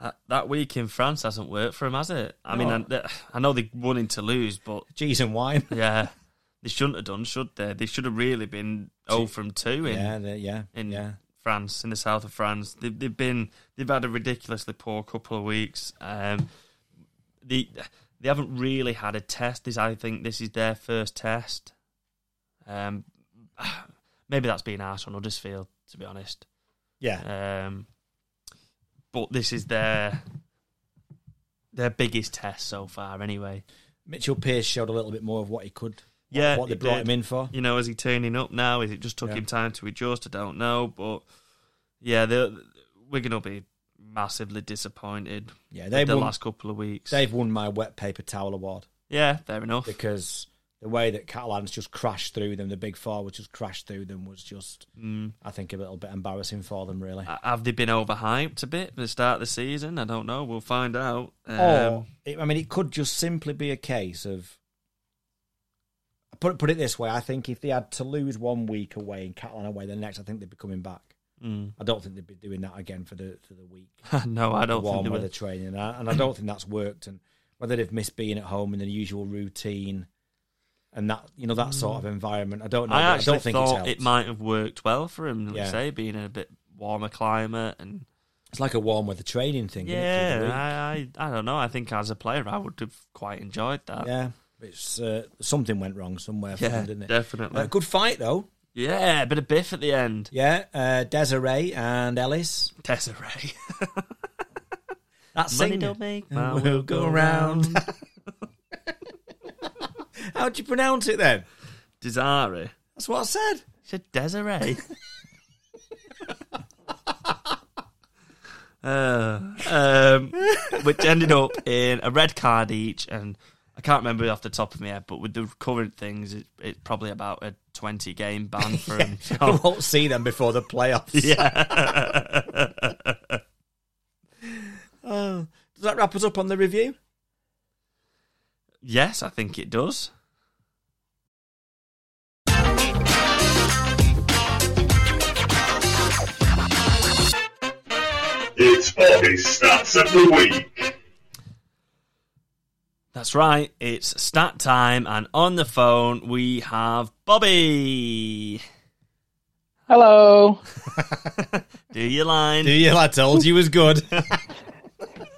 A: That, that week in France hasn't worked for him, has it? I mean,
B: No.
A: I, th- I know they're wanting to lose, but
B: Cheese and wine.
A: yeah, they shouldn't have done, should they? They should have really been oh from two in
B: Yeah, they- yeah,
A: in
B: yeah.
A: France, in the south of France. They've, they've been they've had a ridiculously poor couple of weeks. Um, they they haven't really had a test. This I think this is their first test. Um, maybe that's being asked on Huddersfield, to be honest.
B: Yeah,
A: Um, but this is their their biggest test so far, anyway.
B: Mitchell Pearce showed a little bit more of what he could. what-
A: Yeah,
B: what they
A: he
B: brought
A: did.
B: him in for.
A: you know, is he turning up now? Is it just took
B: Yeah.
A: him time to adjust? I don't know, but yeah, they're- we're going to be massively disappointed
B: Yeah,
A: they
B: they
A: the
B: won,
A: last couple of weeks.
B: they've won my wet paper towel award
A: yeah, fair enough.
B: because the way that Catalans just crashed through them, the big four was just crashed through them, was just,
A: Mm.
B: I think, a little bit embarrassing for them, really.
A: A- Have they been overhyped a bit for the start of the season? I don't know. We'll find out. Um,
B: Or it, I mean, it could just simply be a case of. Put it, put it this way: I think if they had to lose one week away and Catalan away the next, I think they'd be coming back.
A: mm.
B: I don't think they'd be doing that again for the for the week.
A: no, I don't
B: warm
A: think they
B: weather
A: were.
B: training, and I, and I don't think that's worked. And whether they've missed being at home in the usual routine, and that you know that sort of environment, I don't know.
A: Mm. I
B: but
A: actually
B: don't think it's
A: thought
B: helped.
A: it might have worked well for him. Like
B: Yeah.
A: Say being in a bit warmer climate and
B: It's like a warm weather training thing. isn't it, through the week?
A: yeah, I, I, I don't know. I think as a player, I would have quite enjoyed that.
B: yeah. It's uh, something went wrong somewhere, for
A: Yeah,
B: them, didn't it?
A: definitely.
B: Uh, good fight though.
A: Yeah, a bit of biff at the end.
B: Yeah, uh, Desiree and Ellis.
A: Desiree.
B: That
A: Money
B: sing.
A: don't make
B: And
A: my
B: we'll
A: will
B: go
A: go
B: round.
A: round.
B: How do you pronounce it then?
A: Desiree.
B: That's what I said.
A: said Desiree. uh, um, which ended up in a red card each, and I can't remember off the top of my head, but with the current things, it, it's probably about a 20 game ban for him.
B: We
A: So,
B: won't see them before the playoffs.
A: yeah.
B: Oh. Does that wrap us up on the review?
A: yes, I think it does.
C: It's Bobby's Stats of the Week.
A: That's right. It's stat time, and on the phone we have Bobby.
D: Hello.
A: Do your line.
B: you? I told you was good.
D: Do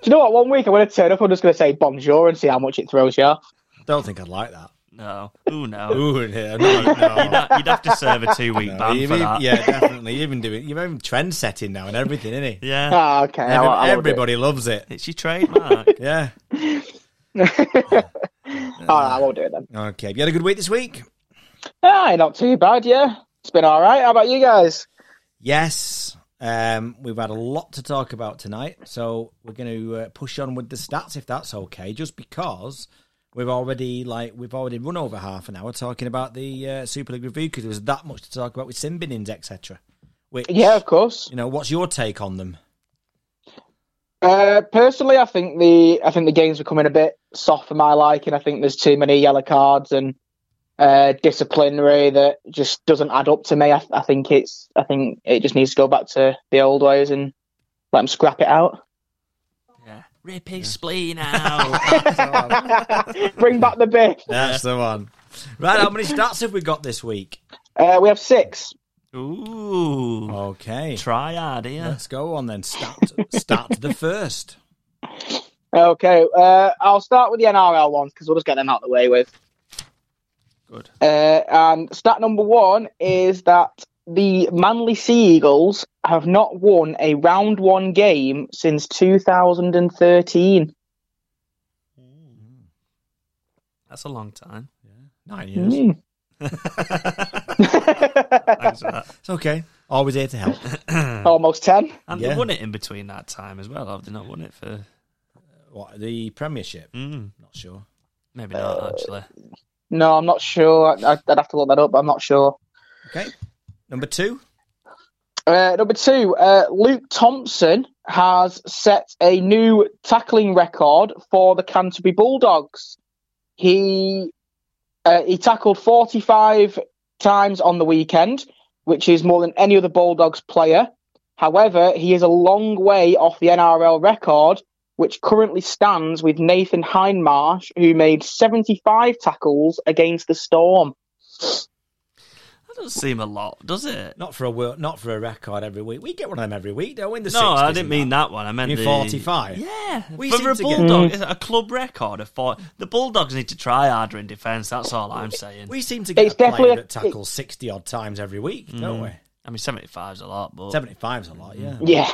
D: you know what? One week I'm going to turn up. I'm just going to say bonjour and see how much it throws you off.
B: Don't think I'd like that.
A: No. Ooh, no.
B: Ooh, yeah, no,
A: You'd,
B: no.
A: ha- you'd have to serve a two-week
B: No,
A: ban
B: you
A: for
B: mean-
A: that.
B: Yeah, definitely. You've been doing. You're even trend setting now and everything, isn't he?
A: Yeah.
D: Ah, okay. I
B: Every-
D: won't- I won't do it.
B: everybody loves it.
A: It's your trademark.
B: Yeah.
D: All right, I won't do it then.
B: Okay. Have you had a good week this week?
D: Ah, not too bad, yeah. It's been all right. How about you guys?
B: Yes. Um, we've had a lot to talk about tonight, so we're going to uh, push on with the stats if that's okay. Just because we've already like we've already run over half an hour talking about the uh, Super League review because there was that much to talk about with sin binnings, etc. Which
D: Yeah, of course.
B: you know, what's your take on them?
D: Uh, personally, I think the I think the game's becoming a bit soft for my liking. I think there's too many yellow cards and uh, disciplinary that just doesn't add up to me. I, I think it's I think it just needs to go back to the old ways and let them scrap it out.
A: Yeah. Rip his spleen out.
D: Bring back the beef.
B: That's the one. Right, how many stats have we got this week?
D: Uh, we have six.
A: Ooh.
B: Oh. Okay.
A: Triad here.
B: Let's go on then. Stat, stat the first.
D: Okay, uh, I'll start with the NRL ones because we'll just get them out of the way with.
A: Good.
D: Uh, and stat number one is that the Manly Sea Eagles have not won a round one game since 2013.
A: That's a long time.
B: Nine years.
D: Mm.
A: Thanks for that.
B: It's okay. Always here to help.
D: Almost 10.
A: And
B: Yeah.
A: they won it in between that time as well. Have they not won it for?
B: what, the Premiership?
A: Mm,
B: Not sure.
A: maybe
B: Uh,
A: not actually.
D: No, I'm not sure. I- I'd have to look that up, but I'm not sure.
B: Okay. Number two.
D: Uh, number two, uh, Luke Thompson has set a new tackling record for the Canterbury Bulldogs. He uh, he tackled 45 times on the weekend, which is more than any other Bulldogs player. However, he is a long way off the NRL record, which currently stands with Nathan Hindmarsh, who made 75 tackles against the Storm.
A: That doesn't seem a lot, does it?
B: Not for a wor- not for a record every week. We get one of them every week, don't we? In the
A: No, I
B: 60s and
A: didn't mean that one. I meant
B: In
A: the
B: 45?
A: Yeah,
B: We seem
A: for a
B: to get-
A: bulldog, is it a club record of four? The bulldogs need to try harder in defence. That's all I'm saying.
B: We seem to get
D: It's
B: a player
D: definitely a-
B: that tackles sixty odd times every week, don't we?
A: I mean, 75's a lot, but
B: Seventy five's a lot, yeah.
D: Yeah.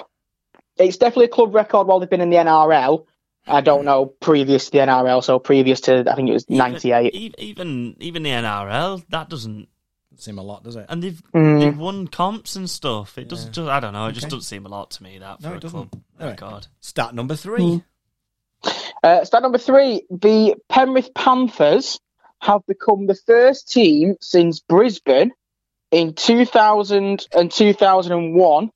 D: It's definitely a club record while they've been in the NRL. I don't know previous to the NRL, so previous to, I think it was 98.
A: e- even even the NRL that doesn't,
B: Doesn't seem a lot, does it?
A: and they've
D: Mm.
A: they've won comps and stuff. It doesn't just. I don't know. It just
B: Okay.
A: doesn't seem a lot to me that for
B: No, it
A: a
B: doesn't.
A: club
B: Alright.
A: record.
B: Stat number three.
D: Mm. Uh, stat number three the Penrith Panthers have become the first team since Brisbane in 2000 and 2001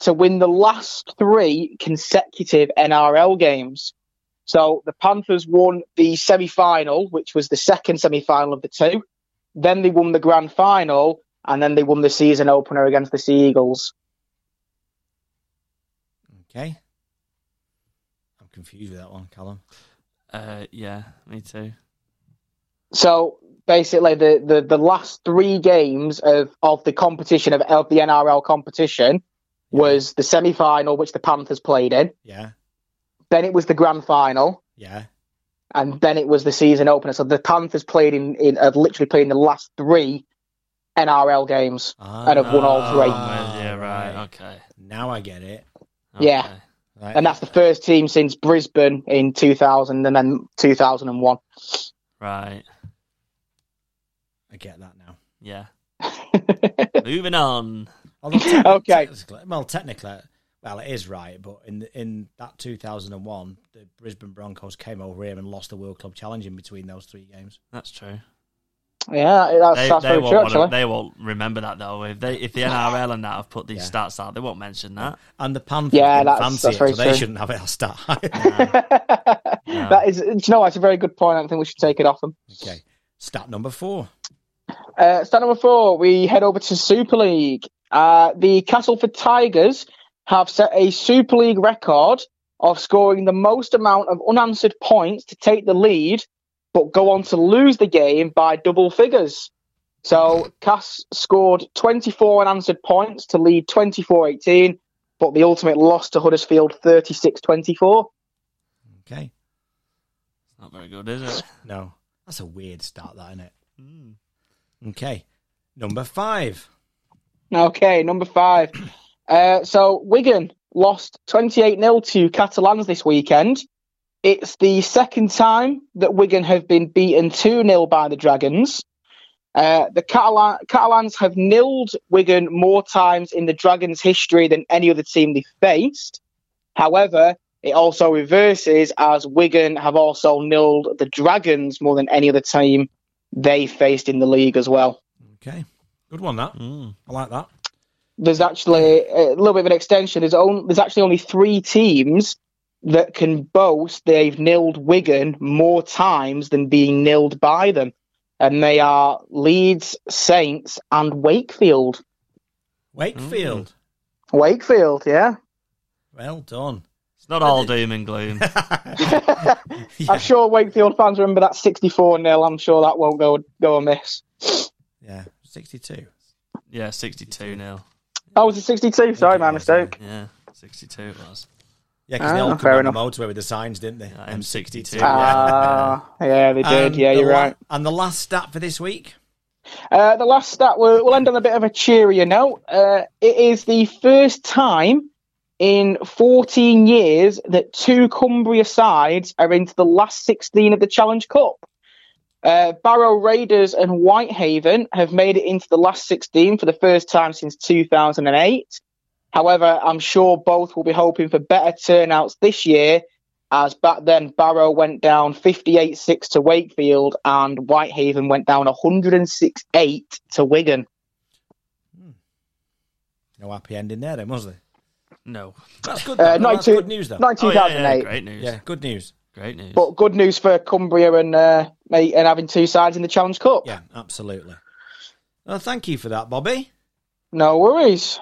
D: to win the last three consecutive NRL games. So the Panthers won the semi final, which was the second semi final of the two. Then they won the grand final, and then they won the season opener against the Sea Eagles.
B: Okay. I'm confused with that one, Callum.
A: Uh, yeah, me too.
D: So basically, the, the, the last three games of, of the competition of, of the NRL competition was the semi final, which the Panthers played in.
B: Yeah,
D: Then it was the grand final,
B: yeah.
D: and then it was the season opener. So the Panthers played in, in have literally played in the last three NRL games.
B: Ah,
D: And I've won all three.
A: Ah, yeah, right. Okay.
B: Now I get it.
D: Yeah.
A: Okay.
B: Right.
D: And that's the first team since Brisbane in 2000 and then 2001.
A: Right.
B: I get that now.
A: Yeah. Moving on.
B: Although te-
D: Okay.
B: technically- well, technically, well, it is right, but in the, in that 2001, the Brisbane Broncos came over here and lost the World Club Challenge in between those three games.
A: That's true.
D: Yeah, that's,
A: They,
D: that's
A: they
D: very
A: won't
D: true,
A: wanna-
D: actually.
A: they won't remember that though. If they if the NRL and that have put these
B: Yeah.
A: stats out, they won't mention that.
B: And the Panthers
D: Yeah,
B: didn't
D: that's-
B: fancy
D: that's
B: it,
D: very
B: so they
D: true.
B: shouldn't have it as stat.
D: that is, do you know, what, it's a very good point. I think we should take it off them.
B: okay. Stat number four.
D: Uh, stat number four, we head over to Super League. Uh, the Castleford Tigers have set a Super League record of scoring the most amount of unanswered points to take the lead, but go on to lose the game by double figures. So Cass scored 24 unanswered points to lead 24 18, but the ultimate loss to Huddersfield 36 24.
B: Okay.
A: Not very good, is it?
B: No. That's a weird start, that, isn't it?
A: Mm.
D: Hmm.
B: Okay. Number five.
D: Okay, number five. Uh, so Wigan lost 28 0 to Catalans this weekend. It's the second time that Wigan have been beaten 2 0 by the Dragons. Uh, the Catalan- Catalans have nilled Wigan more times in the Dragons' history than any other team they faced. However, it also reverses as Wigan have also nilled the Dragons more than any other team they faced in the league as well.
B: Okay. Good one, that.
A: Mm.
B: I like that.
D: there's actually a little bit of an extension. There's, only, there's actually only three teams that can boast they've nilled Wigan more times than being nilled by them. and they are Leeds, Saints, and Wakefield.
B: Wakefield.
D: Wakefield, yeah. Hmm.
B: Well done.
A: It's not all doom and gloom.
B: Yeah.
D: I'm sure Wakefield fans remember that 64 0. I'm sure that won't go go amiss.
B: Yeah, 62.
A: yeah, 62 nil.
D: Oh, was it 62? Sorry, my mistake.
A: Yeah, 62 it was.
B: Yeah, because they
D: Ah,
B: all
D: fair
B: come on the
D: enough.
B: motorway with the signs, didn't they?
A: Yeah, M62.
D: Ah, yeah, they did.
B: And
D: yeah,
B: the
D: you're
B: la-
D: right.
B: And the last stat for this week?
D: Uh, the last stat we'll, we'll end on a bit of a cheerier note. Uh, it is the first time in 14 years that two Cumbria sides are into the last 16 of the Challenge Cup. Uh, Barrow Raiders and Whitehaven have made it into the last 16 for the first time since 2008. However, I'm sure both will be hoping for better turnouts this year, as back then Barrow went down 58 6 to Wakefield and Whitehaven went down 106 8 to Wigan.
B: No happy ending there, then, was there?
A: No.
B: That's good,
D: Uh,
B: though. that's
D: 92
B: good news, though.
D: Not in
A: Oh, yeah,
D: 2008.
A: yeah, great news.
B: Yeah, good news.
A: Great news.
D: But good news for Cumbria and uh, mate, and having two sides in the Challenge Cup.
B: Yeah, absolutely. Well, thank you for that, Bobby.
D: No worries.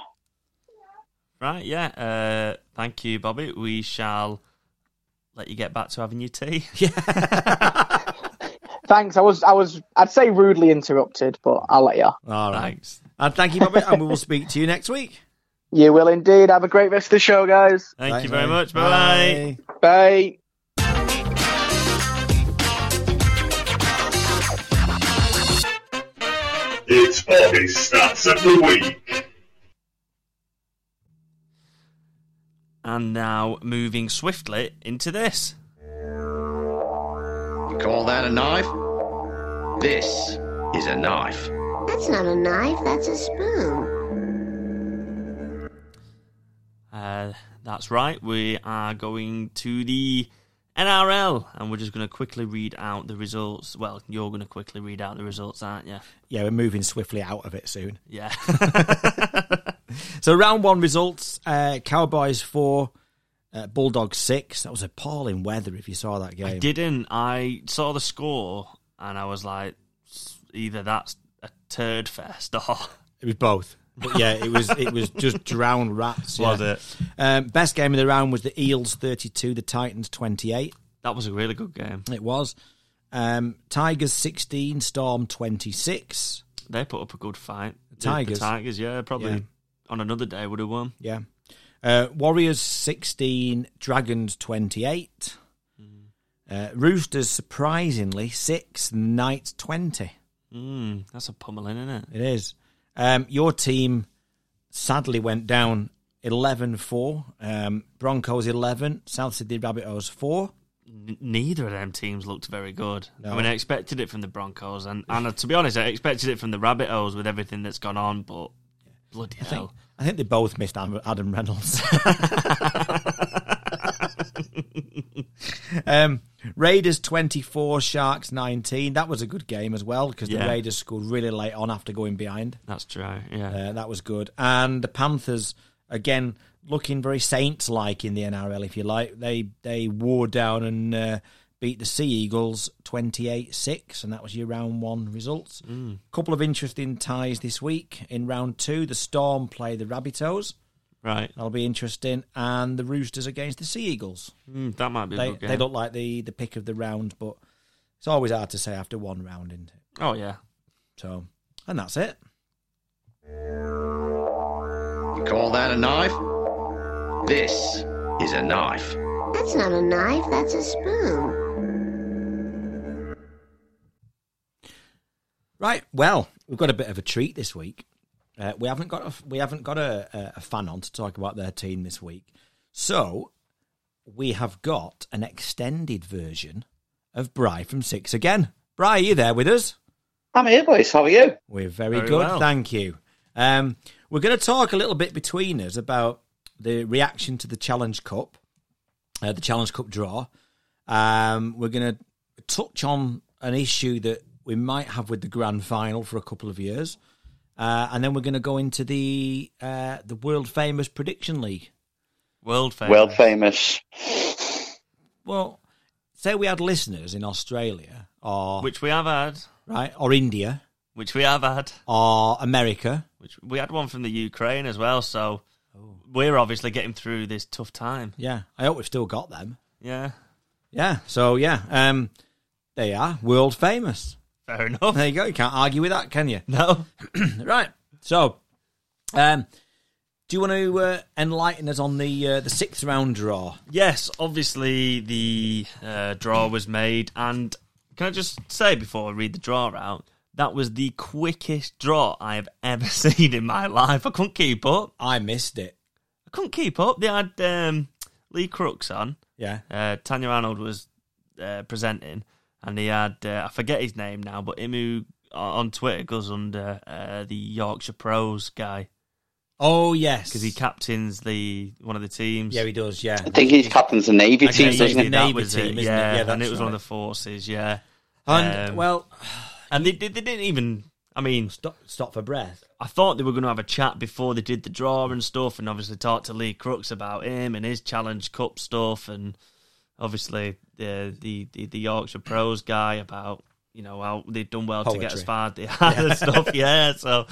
A: Right, yeah. Uh, thank you, Bobby. We shall let you get back to having your tea.
D: Thanks. I was, I was, I'd say rudely interrupted, but I'll let you.
B: All right.
A: Thanks.
B: And thank you, Bobby. and we will speak to you next week.
D: You will indeed. Have a great rest of the show, guys.
A: Thank
B: Thanks,
A: you very
B: mate.
A: much. Bye.
B: Bye.
D: Bye.
C: It's Bobby's Stats of the Week.
A: And now moving swiftly into this.
E: You call that a knife? This is a knife.
F: That's not a knife, that's a spoon.
A: Uh, that's right. We are going to the NRL, and we're just going to quickly read out the results. Well, you're going to quickly read out the results, aren't you?
B: Yeah, we're moving swiftly out of it soon.
A: Yeah.
B: So round one results: uh, Cowboys four, uh, Bulldogs six. That was appalling weather. If you saw that game,
A: I didn't. I saw the score, and I was like, either that's a turd fest or
B: it was both. But yeah, it was it was just drowned rats. yeah.
A: it?
B: Um, best game of the round was the Eels thirty-two, the Titans twenty-eight.
A: That was a really good game.
B: It was um, Tigers sixteen, Storm twenty-six.
A: They put up a good fight. The- the
B: Tigers.
A: Tigers, yeah, probably
B: Yeah.
A: on another day would have won.
B: Yeah, uh, Warriors sixteen, Dragons twenty-eight. Uh, Roosters surprisingly six, Knights twenty. Hmm.
A: Mm, that's a pummeling, isn't it?
B: It is. Um, your team sadly went down 11 4. Um, Broncos 11, South Sydney Rabbit Hose 4.
A: N- neither of them teams looked very good. I mean, I expected it from the Broncos, and, and uh, to be honest, I expected it from the Rabbit Holes with everything that's gone on, but bloody hell.
B: I think they both missed Adam Adam Reynolds. um, Raiders 24, Sharks 19. That was a good game as well because the
A: Yeah.
B: Raiders scored really late on after going behind.
A: That's true, yeah.
B: Uh, that was good. And the Panthers, again, looking very Saints like in the NRL, if you like. They they wore down and uh, beat the Sea Eagles 28 6, and that was your round one results. couple of interesting ties this week. In round two, the Storm play the Rabbitohs.
A: right.
B: That'll be interesting. And the Roosters against the Sea Eagals.
A: Mm, that might be a
B: They,
A: good game.
B: they look like the, the pick of the round, but it's always hard to say after one round, isn't it?
A: oh, yeah.
B: So, and that's it.
E: You call that a knife? This is a knife.
F: That's not a knife, that's a spoon.
B: Right. Well, we've got a bit of a treat this week. Uh, we haven't got a, we haven't got a, a- a fan on to talk about their team this week, so we have got an extended version of Bry from Six again. Bry, are you there with us?
G: I'm here, boys. How are you?
B: We're very,
A: Very
B: good,
A: well.
B: thank you. Um, we're going to talk a little bit between us about the reaction to the Challenge Cup, uh, the Challenge Cup draw. Um, we're going to touch on an issue that we might have with the grand final for a couple of years, uh, and then we're going to go into the uh, the world famous prediction league.
A: World famous.
G: World famous.
B: Well, say we had listeners in Australia or
A: Which we have had.
B: right or India
A: Which we have had.
B: or America.
A: Which we had one from the Ukraine as well. So we're obviously getting through this tough time.
B: Yeah, I hope we've still got them.
A: Yeah,
B: Yeah, so yeah, um, they are world famous.
A: fair enough.
B: There you go. You can't argue with that, can you?
A: No,
B: right. So, um, do you want to uh, enlighten us on the uh, the sixth round draw?
A: Yes, obviously the uh, draw was made, and can I just say before I read the draw out, that was the quickest draw I have ever seen in my life. I couldn't keep up.
B: I missed it.
A: I couldn't keep up. They had um, Lee Crooks on.
B: Yeah.
A: Uh, Tanya Arnold was uh, presenting, and he had uh, I forget his name now, but Imu on Twitter goes under uh, the Yorkshire Pros guy
B: Oh yes,
A: because he captains the one of the teams.
B: yeah he does. Yeah.
G: I think he's captain's the
B: Okay,
G: Navy team,
B: so
G: doesn't
B: he's
G: he?
B: the Navy
A: That was
B: team,
A: it,
B: isn't it?
A: yeah,
B: Yeah,
A: and
B: that's
A: it was one of
B: right.
A: the forces, yeah.
B: And
A: Um,
B: well,
A: And they, they, they didn't even. I mean,
B: stop, stop for breath.
A: I thought they were going to have a chat before they did the draw and stuff, and obviously talk to Lee Crooks about him and his Challenge Cup stuff, and obviously the the, the, the Yorkshire Pros guy about you know how they'd done well to get
B: Poetry.
A: as far as they had and stuff. Yeah, so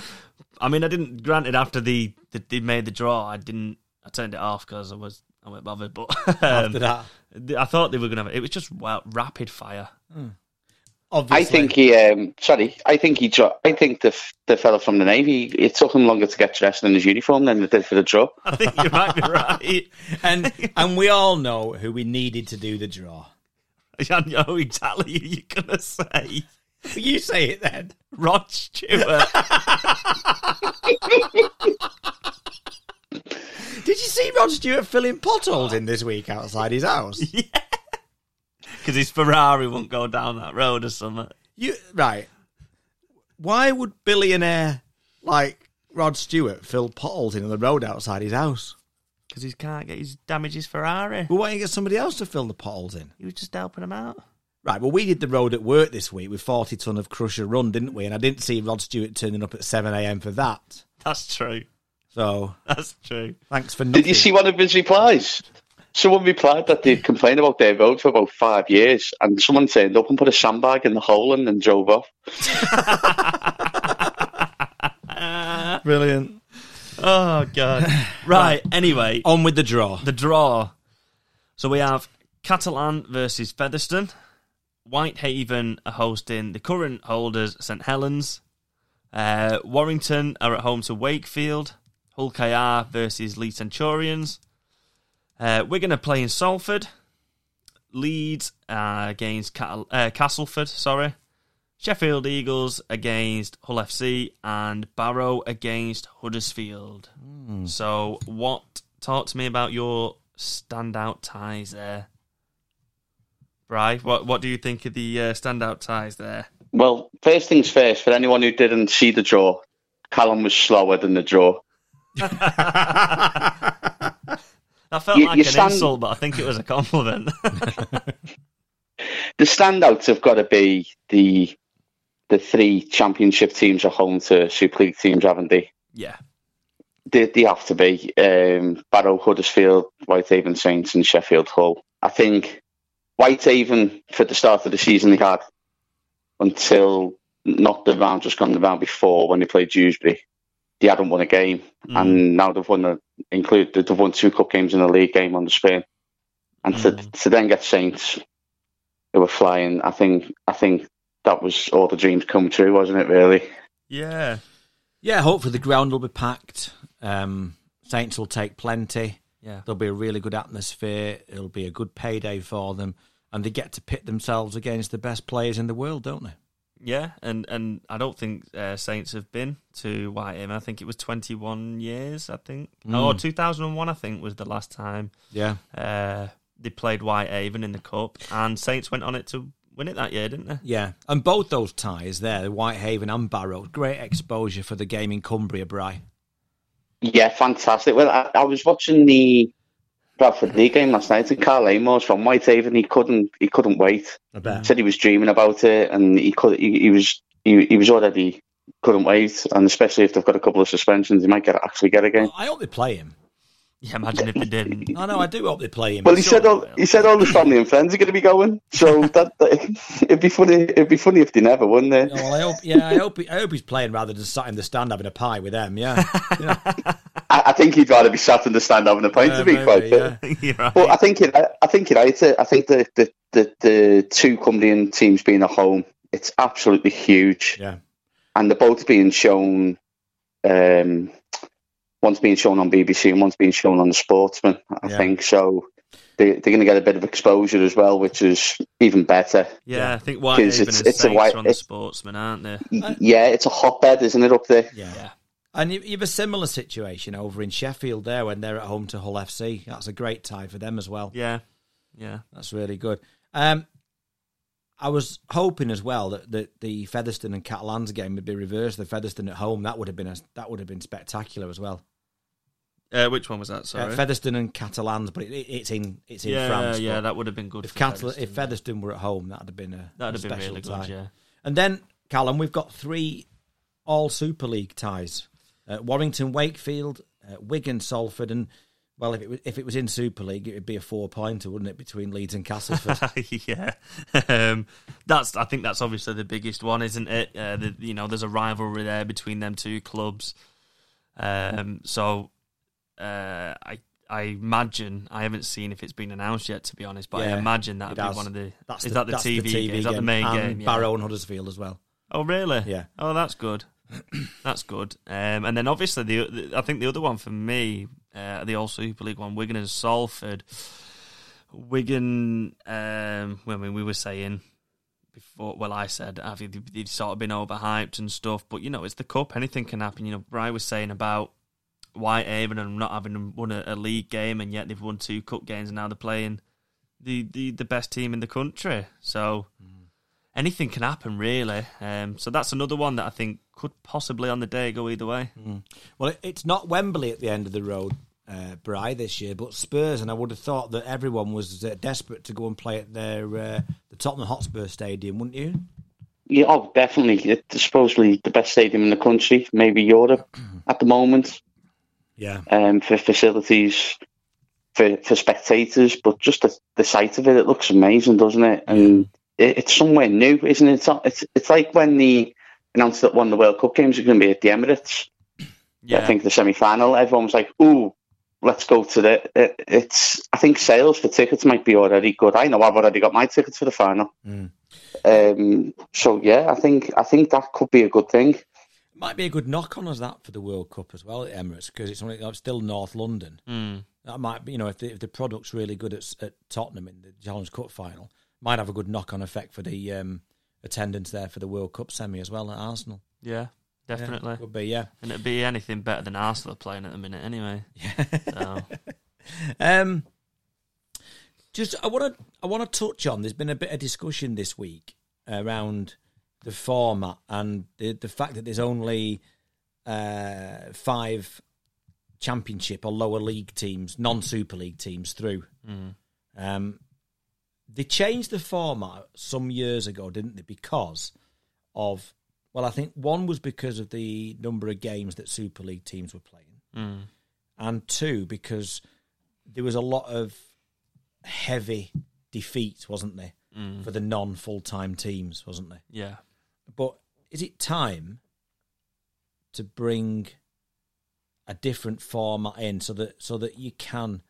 A: I mean, I didn't. Granted, after the, the they made the draw, I didn't. I turned it off because I was I weren't bothered. But um,
B: After that,
A: I thought they were going to have it. was just well, rapid fire.
B: obviously,
G: I think he. Um, sorry, I think he. Dro- I think the f- the fellow from the Navy. It took him longer to get dressed in his uniform than it did for the draw.
A: I think you might be right.
B: and and we all know who we needed to do the draw.
A: I know exactly who you're going to say.
B: You say it then.
A: Rod Stewart.
B: Did you see Rod Stewart filling potholes in this week outside his house?
A: Because his Ferrari won't go down that road or something.
B: You right? Why would billionaire like Rod Stewart fill potholes in the road outside his house?
A: Because he can't get his damage his Ferrari.
B: Well, why don't you get somebody else to fill the potholes in?
A: He was just helping him out.
B: Right, well, we did the road at work this week with 40 ton of crusher run, didn't we? And I didn't see Rod Stewart turning up at 7 a.m. for that.
A: That's true.
B: So
A: That's true.
B: thanks for nothing.
G: Did you see one of his replies? Someone replied that they'd complained about their road for about five years, and someone turned up and put a sandbag in the hole and then drove off.
B: Brilliant.
A: Oh, God. Right, anyway,
B: On with the draw.
A: the draw. So we have Catalan versus Featherstone. Whitehaven are hosting the current holders, St Helens. Uh, Warrington are at home to Wakefield. Hull KR versus Leeds Centurions. Uh, Wigan are playing Salford. Leeds uh, against Catal- uh, Castleford, sorry. Sheffield Eagles against Hull FC and Barrow against Huddersfield. So, what? Talk to me about your standout ties there, Bry. What What do you think of the uh, standout ties there?
G: Well, first things first. For anyone who didn't see the draw, Callum was slower than the draw.
A: That felt
G: You-
A: like
G: you
A: an
G: stand-
A: insult, but I think it was a compliment.
G: the standouts have got to be the the three championship teams are home to Super League teams, haven't they?
A: yeah,
G: They, they have to be um, Barrow, Huddersfield, Whitehaven Saints, and Sheffield Hull. I think Whitehaven for the start of the season they had until not the round just gone the round before when they played Dewsbury. They hadn't won a game,
A: Mm.
G: and now they've won a, include they've won two cup games in a league game on the spin, and to, to then get Saints, who were flying. I think I think that was all the dreams come true, wasn't it? Really,
A: yeah,
B: Yeah, hopefully the ground will be packed. Um, Saints will take plenty.
A: yeah.
B: There'll be a really good atmosphere. It'll be a good payday for them. And they get to pit themselves against the best players in the world, don't they?
A: Yeah, and and I don't think uh, Saints have been to Whitehaven. I think it was twenty one years. I think
G: Hmm.
A: or two thousand and one. I think was the last time
B: Yeah.
A: uh, they played Whitehaven in the cup, and Saints went on it to win it that year, didn't they?
B: Yeah. And both those ties there, the Whitehaven and Barrow, great exposure for the game in Cumbria, Bry.
G: yeah, fantastic. Well, I, I was watching the Bradford League game last night, and Carl Amos from Whitehaven he couldn't he couldn't wait.
B: I bet.
G: Said he was dreaming about it, and he could he, he was he, he was already couldn't wait, and especially if they've got a couple of suspensions, he might get actually get a game.
B: I hope they play him.
A: Yeah, imagine if they didn't.
B: I know. I do hope they play him.
G: Well, he
A: Sure.
G: said all he said all his family and friends are going to be going, so that, that- it'd be funny. It'd be funny if they never, wouldn't it?
B: Oh, well, I hope. Yeah, I hope. He, I hope he's playing rather than sat in the stand having a pie with them. Yeah,
G: I, I think he'd rather be sat in the stand having a pint
B: Uh,
G: to be
B: maybe,
G: quite fair.
B: yeah.
A: You're right.
G: But I think it, I I think you're right. I think the the, the the two Cumbrian teams being at home, it's absolutely huge,
B: Yeah.
G: and they're both being shown. Um, one's being shown on BBC and one's being shown on the Sportsman. I
B: Yeah.
G: think so. They, they're going to get a bit of exposure as well, which is even better.
A: yeah,
B: yeah.
A: I think Whitehaven
G: It's- it's-
A: and
G: it's a
A: Saints
G: white-
A: are on the
G: it's-
A: sportsman, aren't they?
G: Y- yeah, it's a hotbed, isn't it, up there?
B: yeah.
A: Yeah.
B: And you, you have a similar situation over in Sheffield there when they're at home to Hull FC. That's a great tie for them as well.
A: Yeah, yeah.
B: That's really good. Um, I was hoping as well that, that the Featherstone and Catalans game would be reversed. The Featherstone at home that would have been a, that would have been spectacular as well.
A: Uh, which one was that?
B: Uh,
A: Sorry.
B: Featherstone and Catalans, but it, it, it's in it's in
A: yeah,
B: France.
A: yeah,
B: but
A: that would have been good.
B: if
A: for
B: Catal if
A: Featherstone.
B: Featherstone were at home, that'd have been a
A: that'd
B: a
A: have been
B: special
A: really good.
B: tie.
A: Yeah,
B: And then, Callum, we've got three all Super League ties: uh, Warrington, Wakefield, uh, Wigan, Salford, and well, if it was, if it was in Super League, it would be a four pointer, wouldn't it, between Leeds and Castleford?
A: yeah. Um, that's. I think that's obviously the biggest one, isn't it? Uh, the, you know, there's a rivalry there between them two clubs. Um, so, uh, I I imagine I haven't seen if it's been announced yet, to be honest. But
B: Yeah,
A: I imagine that'd
B: it
A: be
B: has.
A: one of the.
B: That's
A: is
B: the,
A: that the
B: that's
A: TV, game? Is that the
B: game,
A: main
B: and
A: game? Yeah.
B: Barrow and Huddersfield as well.
A: Oh, really?
B: Yeah.
A: Oh, that's good. that's good. Um, and then obviously the, the I think the other one for me, uh, the All Super League one, Wigan and Salford. Wigan, um, well, I mean, we were saying before. Well, I said, have you, they've sort of been overhyped and stuff, but you know, it's the cup. Anything can happen. You know, Bry was saying about Whitehaven and not having won a, a league game, and yet they've won two cup games, and now they're playing the the, the best team in the country. So anything can happen, really. Um, so that's another one that I think could possibly on the day go either way.
B: Well, it, it's not Wembley at the end of the road, uh, Bry, this year, but Spurs, and I would have thought that everyone was uh, desperate to go and play at their uh, the Tottenham Hotspur Stadium, wouldn't you?
G: Yeah, oh, definitely. It's supposedly the best stadium in the country, maybe Europe, at the moment.
B: Yeah,
G: um, for facilities for, for spectators, but just the, the sight of it, it looks amazing, doesn't it? And it, it's somewhere new, isn't it? It's, not- it's it's like when the announced that one of the World Cup games are going to be at the Emirates.
A: Yeah,
G: I think the semi final. Everyone was like, "Ooh, let's go to the." It, it's I think sales for tickets might be already good. I know I've already got my tickets for the final.
B: Mm.
G: Um, so yeah, I think I think that could be a good thing.
B: might be a good knock on us that for the World Cup as well at Emirates because it's only it's still North London.
A: Mm.
B: That might be, you know, if the, if the product's really good at, at Tottenham in the Challenge Cup final, might have a good knock on effect for the um, attendance there for the World Cup semi as well at Arsenal.
A: yeah, definitely.
B: yeah, would be yeah.
A: And it'd be anything better than Arsenal are playing at the minute, anyway. Yeah. So,
B: Um, just I want to I want to touch on. There's been a bit of discussion this week around the format and the the fact that there's only uh, five championship or lower league teams, non Super League teams through. Um, they changed the format some years ago, didn't they? Because of well, I think one was because of the number of games that Super League teams were playing
A: mm.
B: and two because there was a lot of heavy defeats, wasn't there, for the non full time teams, wasn't there?
A: yeah.
B: But is it time to bring a different format in so that so that you can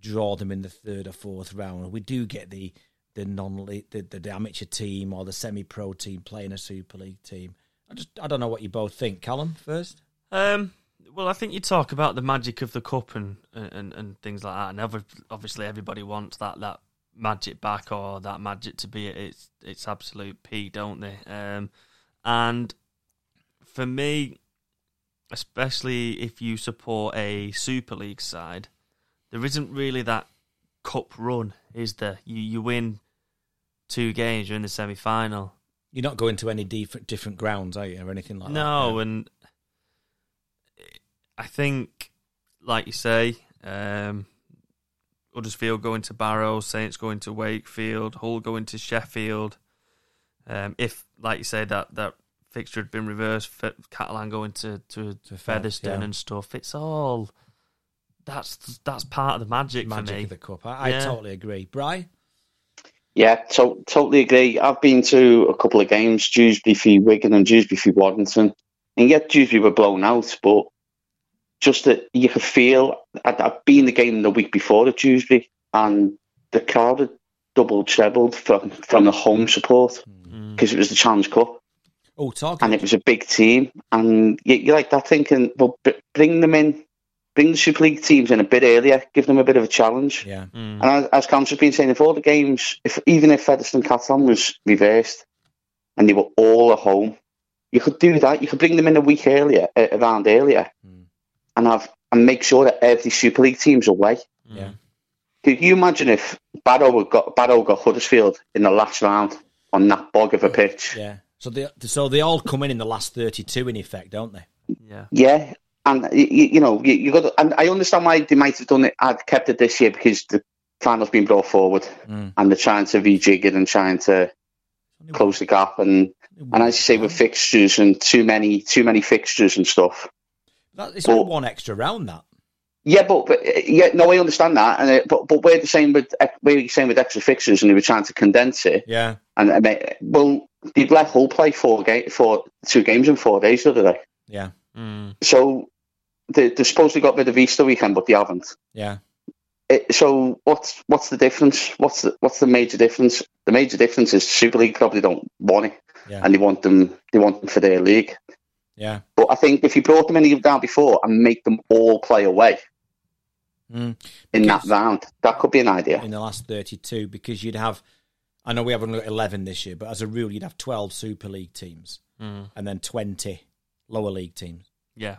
B: draw them in the third or fourth round? We do get the the non the, the, the amateur team or the semi pro team playing a Super League team. I just I don't know what you both think, Callum. First,
A: Um, well, I think you talk about the magic of the cup and and, and things like that, and ever, obviously everybody wants that that magic back or that magic to be at its its absolute peak, don't they? Um, and for me, especially if you support a Super League side, there isn't really that cup run, is there? You you win two games, you're in the semi final.
B: you're not going to any different different grounds, are you, or anything like that?
A: No, and I think, like you say, um, Huddersfield going to Barrow, Saints going to Wakefield, Hull going to Sheffield. Um, if, like you say, that, that fixture had been reversed, Fe- Catalan going to, to,
B: To Fed,
A: Featherstone
B: yeah.
A: and stuff, it's all that's that's part of the magic, for me.
B: Magic of the cup. I, I
A: Yeah.
B: totally agree. Bry,
G: Yeah, to- totally agree. I've been to a couple of games, Dewsbury v Wigan and Dewsbury v Waddington, and yet Dewsbury were blown out, but just that you could feel, I'd, I'd been the game the week before at Dewsbury, and the crowd had double, trebled from, from the home support, because it was the Challenge Cup,
B: oh, talking.
G: and it was a big team, and you, you're like that thinking, well, br- bring them in, bring the Super League teams in a bit earlier, give them a bit of a challenge.
B: yeah,
A: Mm.
G: And as, as Cam's has been saying, if all the games, if even if Featherstone Catalan was reversed and they were all at home, you could do that. You could bring them in a week earlier, uh, around earlier,
B: Mm.
G: and have and make sure that every Super League team's away.
B: yeah.
G: Could you imagine if Barrow had got Barrow got Huddersfield in the last round on that bog of a pitch?
B: Yeah. So they so they all come in in the last thirty-two in effect, don't they?
A: Yeah.
G: Yeah, and you, you know you, you got. to- and I understand why they might have done it. I'd kept it this year because the final's been brought forward,
B: Mm.
G: and they're trying to rejig it and trying to close the gap. And and as you say, with fixtures and too many too many fixtures and stuff.
B: That, it's not
G: Well-
B: one extra round. That
G: Yeah, but, but uh, yeah, no, I understand that. And uh, but but we're the same with uh, we're the same with extra fixtures, and they were trying to condense it.
B: yeah.
G: And, and they, well, they'd let Hull play four game four two games in four days, didn't they?
B: Yeah,
A: Mm.
G: So they, they supposedly got rid of Easter weekend, but they haven't.
B: yeah,
G: it, so what's what's the difference? What's the what's the major difference? The major difference is Super League probably don't want it,
B: Yeah.
G: and they want them they want them for their league.
B: yeah.
G: But I think if you brought them in down before and make them all play away
B: Mm.
G: in
B: Because-
G: that round, that could be an idea.
B: In the last thirty-two, because you'd have. I know we haven't got eleven this year, but as a rule, you'd have twelve Super League teams
A: Mm.
B: and then twenty lower league teams.
A: Yeah.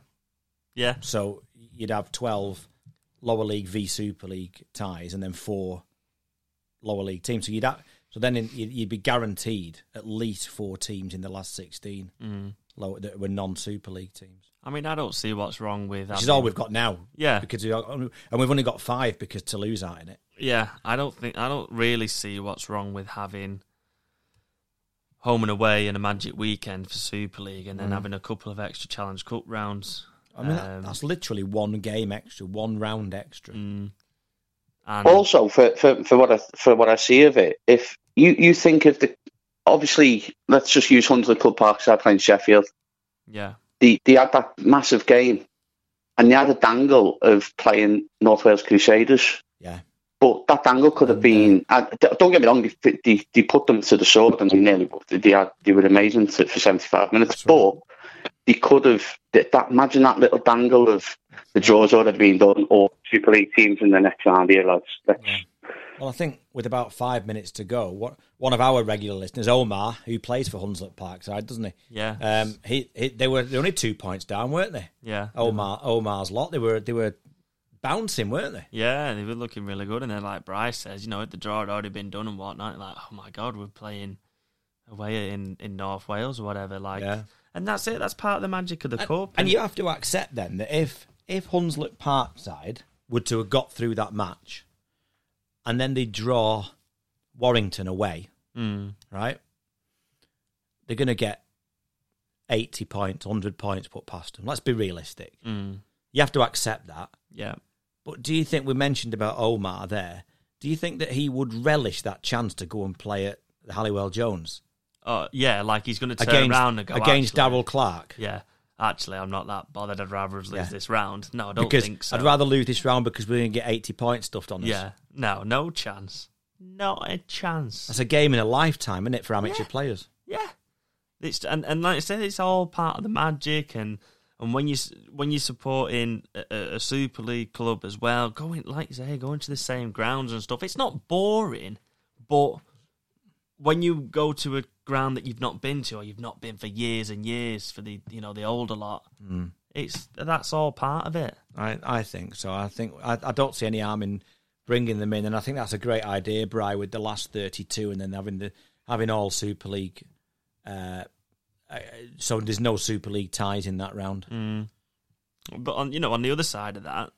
A: Yeah.
B: So you'd have twelve lower league v Super League ties, and then four lower league teams. So you'd have, so then in, you'd you'd be guaranteed at least four teams in the last sixteen
A: Mm.
B: lower, that were non Super League teams,
A: I mean, I don't see what's wrong with.
B: which is
A: having-
B: all we've got now.
A: Yeah.
B: because we are, and we've only got five because Toulouse aren't in it.
A: Yeah, I don't think I don't really see what's wrong with having home and away and a magic weekend for Super League, and then having a couple of extra Challenge Cup rounds.
B: Mm. I mean, that,
A: Um,
B: that's literally one game extra, one round extra.
A: Mm. And
G: Also, for, for, for what I for what I see of it, if you, you think of the obviously let's just use Hunslet Club Parkside playing Sheffield.
A: yeah,
G: They they had that massive game, and they had a dangle of playing North Wales Crusaders.
B: Yeah,
G: But that angle could have been. Uh, don't get me wrong. They, they, they put them to the sword, and they nearly. They had, they were amazing to, for seventy five minutes. But they could have. That, that imagine that little dangle of the draws already been done, or Super League teams in the next round here, lads. That's,
B: Well, I think with about five minutes to go, what one of our regular listeners, Omar, who plays for Hunslet Parkside, doesn't he?
A: yeah,
B: Um, he, he they were they were only two points down, weren't they?
A: yeah,
B: Omar Omar's lot. They were they were bouncing, weren't they?
A: yeah. They were looking really good, and then like Bryce says, you know, the draw had already been done and whatnot. Like, oh my god, we're playing away in in North Wales or whatever. Like,
B: Yeah.
A: and that's it. That's part of the magic of the
B: And,
A: cup.
B: and you have to accept then that if if Hunslet Parkside were to have got through that match, and then they draw Warrington away,
A: Mm,
B: right? They're going to get eighty points, hundred points put past them. Let's be realistic.
A: mm,
B: You have to accept that.
A: yeah.
B: But do you think we mentioned about Omar there? Do you think that he would relish that chance to go and play at the Halliwell Jones
A: Oh, yeah, like he's going to turn
B: against
A: around and go
B: against
A: actually-
B: Daryl Clark?
A: Yeah, actually, I'm not that bothered. I'd rather us lose
B: Yeah.
A: this round. No, I don't
B: Because
A: think so.
B: I'd rather lose this round because we're going to get eighty points stuffed on us.
A: Yeah, no, no chance. Not a chance.
B: That's a game in a lifetime, isn't it, for amateur players?
A: Yeah, it's and, and like I said, it's all part of the magic. And and when you s- when you're supporting a- a, a Super League club as well, going like you say, going to the same grounds and stuff, it's not boring. But when you go to a ground that you've not been to or you've not been for years and years for the you know the older lot,
B: Hmm.
A: it's that's all part of it.
B: I, I think so. I think I, I don't see any harm in bringing them in, and I think that's a great idea, Bry, with the last thirty-two, and then having the having all Super League. Uh, uh, so there's no Super League ties in that round.
A: Mm. But on you know on the other side of that,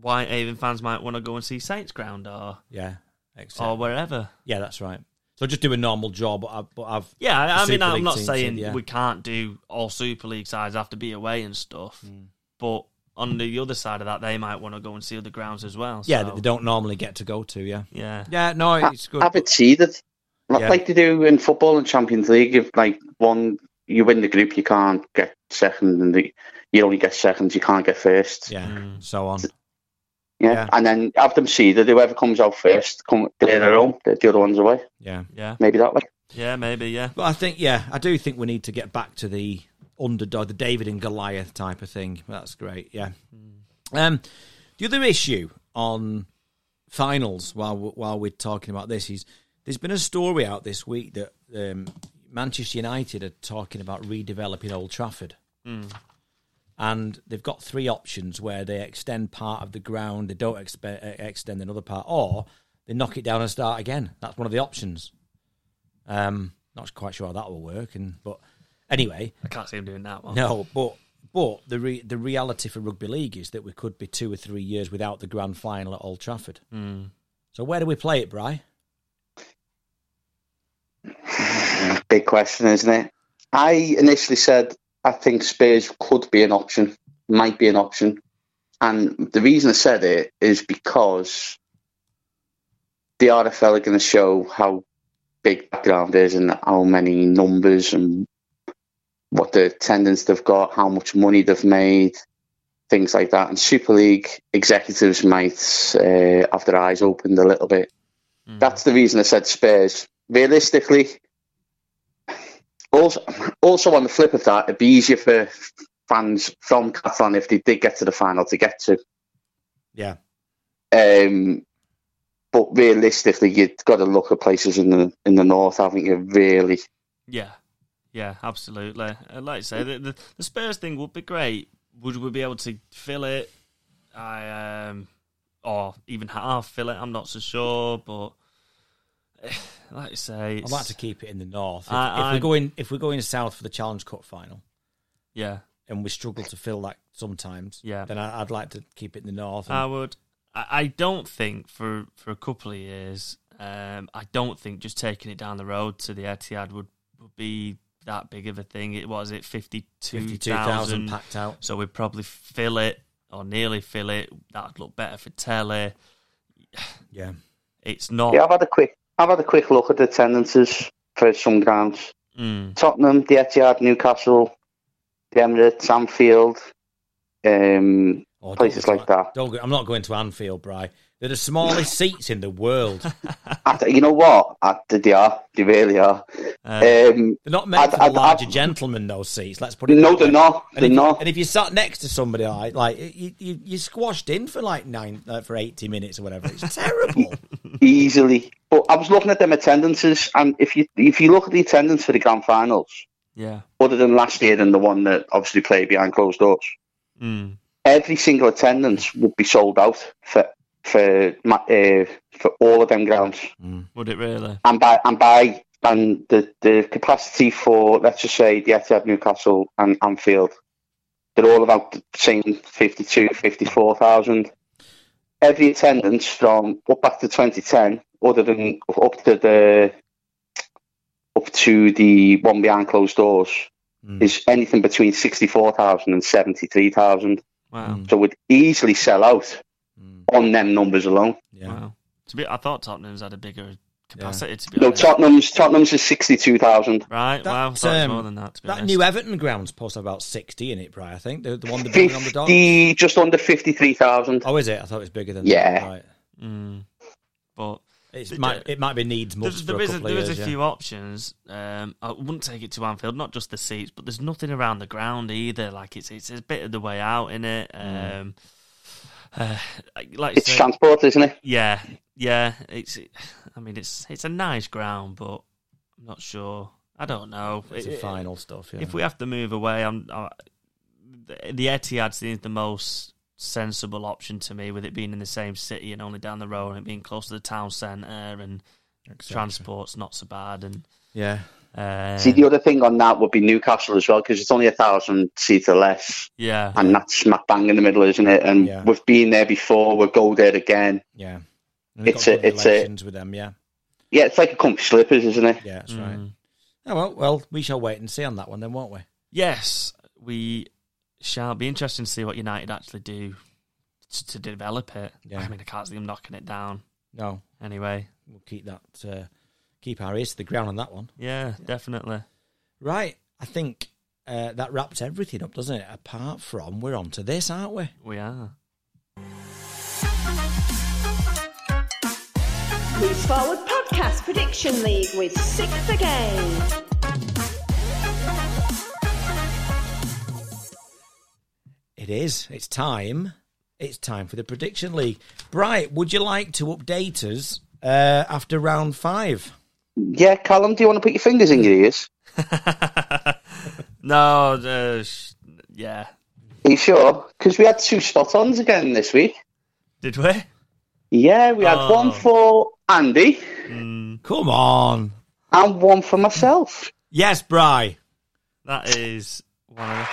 A: why Avon fans might want to go and see Saints Ground or
B: Yeah, exactly.
A: or wherever.
B: yeah, that's right. So just do a normal job, but I've, but I've
A: Yeah, I, I
B: The
A: mean
B: Super
A: I'm
B: League
A: not
B: teams
A: saying
B: in, yeah.
A: Mm. we can't do all Super League sides have to be away and stuff, but on the other side of that, they might want to go and see other grounds as well.
B: Yeah,
A: so,
B: that they don't normally get to go to. Yeah,
A: yeah,
B: yeah. No, it's good.
G: Have it seeded. Not
B: Yeah.
G: like they do in football and Champions League. If like one, you win the group, you can't get second, and the, you only get second, you can't get first.
B: Yeah,
A: Mm.
B: so on.
G: Yeah.
B: Yeah.
G: And then have them seeded. Whoever comes out first, come they're their own. The the other ones away.
B: Yeah,
A: yeah,
G: Maybe that way.
A: yeah, maybe, yeah.
B: but I think yeah, I do think we need to get back to the underdog, the David and Goliath type of thing. That's great. Yeah. Um, the other issue on finals, while we- while we're talking about this, is there's been a story out this week that um, Manchester United are talking about redeveloping Old Trafford. and they've got three options where they extend part of the ground, they don't expe- uh, extend another part, or they knock it down and start again. That's one of the options. Um, not quite sure how that will work, and but anyway,
A: I can't see him doing that one.
B: no, but but the re- the reality for rugby league is that we could be two or three years without the grand final at Old Trafford.
A: Mm.
B: So where do we play it, Bry?
G: Big question, isn't it? I initially said I think Spurs could be an option, might be an option. And the reason I said it is because the RFL are going to show how big that ground is and how many numbers and what the attendance they've got, how much money they've made, things like that. And Super League executives might uh, have their eyes opened a little bit.
A: Mm.
G: That's the reason I said Spurs. Realistically, also, also on the flip of that, it'd be easier for fans from Catalan if they did get to the final to get to.
B: Yeah,
G: Um, but realistically, you've got to look at places in the in the north, haven't you? Really,
A: Yeah, yeah, absolutely. Uh, Like I say, the, the, the Spurs thing would be great. Would we be able to fill it? I um, or even half fill it. I'm not so sure, but eh, like I say,
B: I'd
A: it's,
B: like to keep it in the north. If,
A: I-
B: if
A: I-
B: we're going if we're going south for the Challenge Cup final,
A: yeah,
B: and we struggle to fill that sometimes,
A: Yeah. Uh,
B: then I, I'd like to keep it in the north.
A: I
B: And,
A: would. I, I don't think for for a couple of years. Um, I don't think just taking it down the road to the Etihad would, would be that big of a thing. It was it fifty two
B: 52,000
A: thousand
B: packed out.
A: So we'd probably fill it or nearly fill it. That'd look better for telly.
B: Yeah,
A: It's not.
G: yeah. I've had a quick I've had a quick look at the attendances for some grounds:
A: Mm,
G: Tottenham, the Etihad, Newcastle, the Emirates, Anfield, um,
B: Or don't
G: places
B: go to
G: like
B: An-
G: that.
B: Don't go, I'm not going to Anfield, Bry. They're the smallest seats in the world.
G: I th- you know what? I, they are. They really are.
A: uh,
G: Um,
B: They're not meant
G: I'd-
B: for the
G: I'd-
B: larger
G: I'd-
B: gentlemen. Those seats. Let's put it.
G: no,
B: that
G: they're
B: way.
G: not.
B: And
G: They're
B: if, you-
G: not.
B: and if you sat next to somebody like like you, you you squashed in for like nine uh, for eighty minutes or whatever, it's terrible.
G: easily. But I was looking at them attendances, and if you if you look at the attendance for the grand finals,
A: yeah.
G: other than last year and the one that obviously played behind closed doors,
A: Mm,
G: every single attendance would be sold out for for ma- uh, for all of them grounds,
A: would it really?
G: and by and by and the the capacity for let's just say the Etihad, Newcastle, and Anfield, they're all about the same 52, 54,000. Every attendance from up back to 2010, other than up to the up to the one behind closed doors,
B: Mm.
G: is anything between 64,000 and 73,000.
A: Wow.
B: Mm.
G: So would easily sell out
B: Mm,
G: on them numbers alone.
B: yeah,
A: Wow. To be, I thought Tottenham's had a bigger capacity. To be
G: No,
A: honest.
G: Tottenham's Tottenham's is 62,000.
A: right.
B: That,
A: wow. I thought it was
B: um,
A: more than that. To be
B: that
A: honest.
B: new Everton ground's supposed to have about sixty in it, Bry. I think the the one they're building on the dock.
G: 50, just under 53,000.
B: Oh, is it? I thought it was bigger than that.
G: Yeah.
B: Right.
A: Mm, but
B: It's
A: Th-
B: might it might be needs much
A: there,
B: for
A: there
B: a
A: is a,
B: couple
A: there
B: of
A: is
B: years.
A: a
B: yeah.
A: few options. Um, I wouldn't take it to Anfield, not just the seats, but there's nothing around the ground either. Like it's it's a bit of the way out in it.
B: Mm.
A: Um, uh, like you
G: It's
A: say,
G: transport, isn't it?
A: yeah, yeah. It's I mean it's it's a nice ground, but I'm not sure. I don't know.
B: It's
A: It-
B: the
A: it-
B: final stuff. Yeah.
A: If we have to move away, I'm, I, the the Etihad seems the most sensible option to me, with it being in the same city and only down the road, and it being close to the town centre, and transport's not so bad. And
B: yeah,
A: uh,
G: See, the other thing on that would be Newcastle as well, because it's only a thousand seats or less,
A: yeah,
G: and that's smack bang in the middle, isn't it? And
B: Yeah.
G: we've been there before, we'll go there again.
B: yeah. And we've
G: It's
B: got
G: a-
B: good
G: it's a-
B: relations with them. Yeah,
G: Yeah, it's like a country slippers, isn't it?
B: yeah, that's
A: Mm.
B: right. Oh well, well, we shall wait and see on that one then, won't we?
A: Yes, we shall be interesting to see what United actually do to, to develop it.
B: Yeah.
A: I mean, I can't see them knocking it down
B: No,
A: anyway.
B: we'll keep that. Uh, keep our ears to the ground on that one.
A: Yeah, definitely.
B: Right. I think uh, that wraps everything up, doesn't it? Apart from we're on to this, aren't we?
A: We are.
H: Leaps Forward Podcast Prediction League with Sixth Again.
B: It is. It's time. It's time for the prediction league. Bright, would you like to update us uh, after round five?
G: Yeah, Callum, do you want to put your fingers in your ears?
A: no, uh, sh- yeah.
G: Are you sure? Because we had two spot ons again this week.
A: Did we?
G: Yeah, we had
A: Oh.
G: one for Andy
B: Come on.
G: and one for myself.
B: Yes, Bry.
A: That is one of the.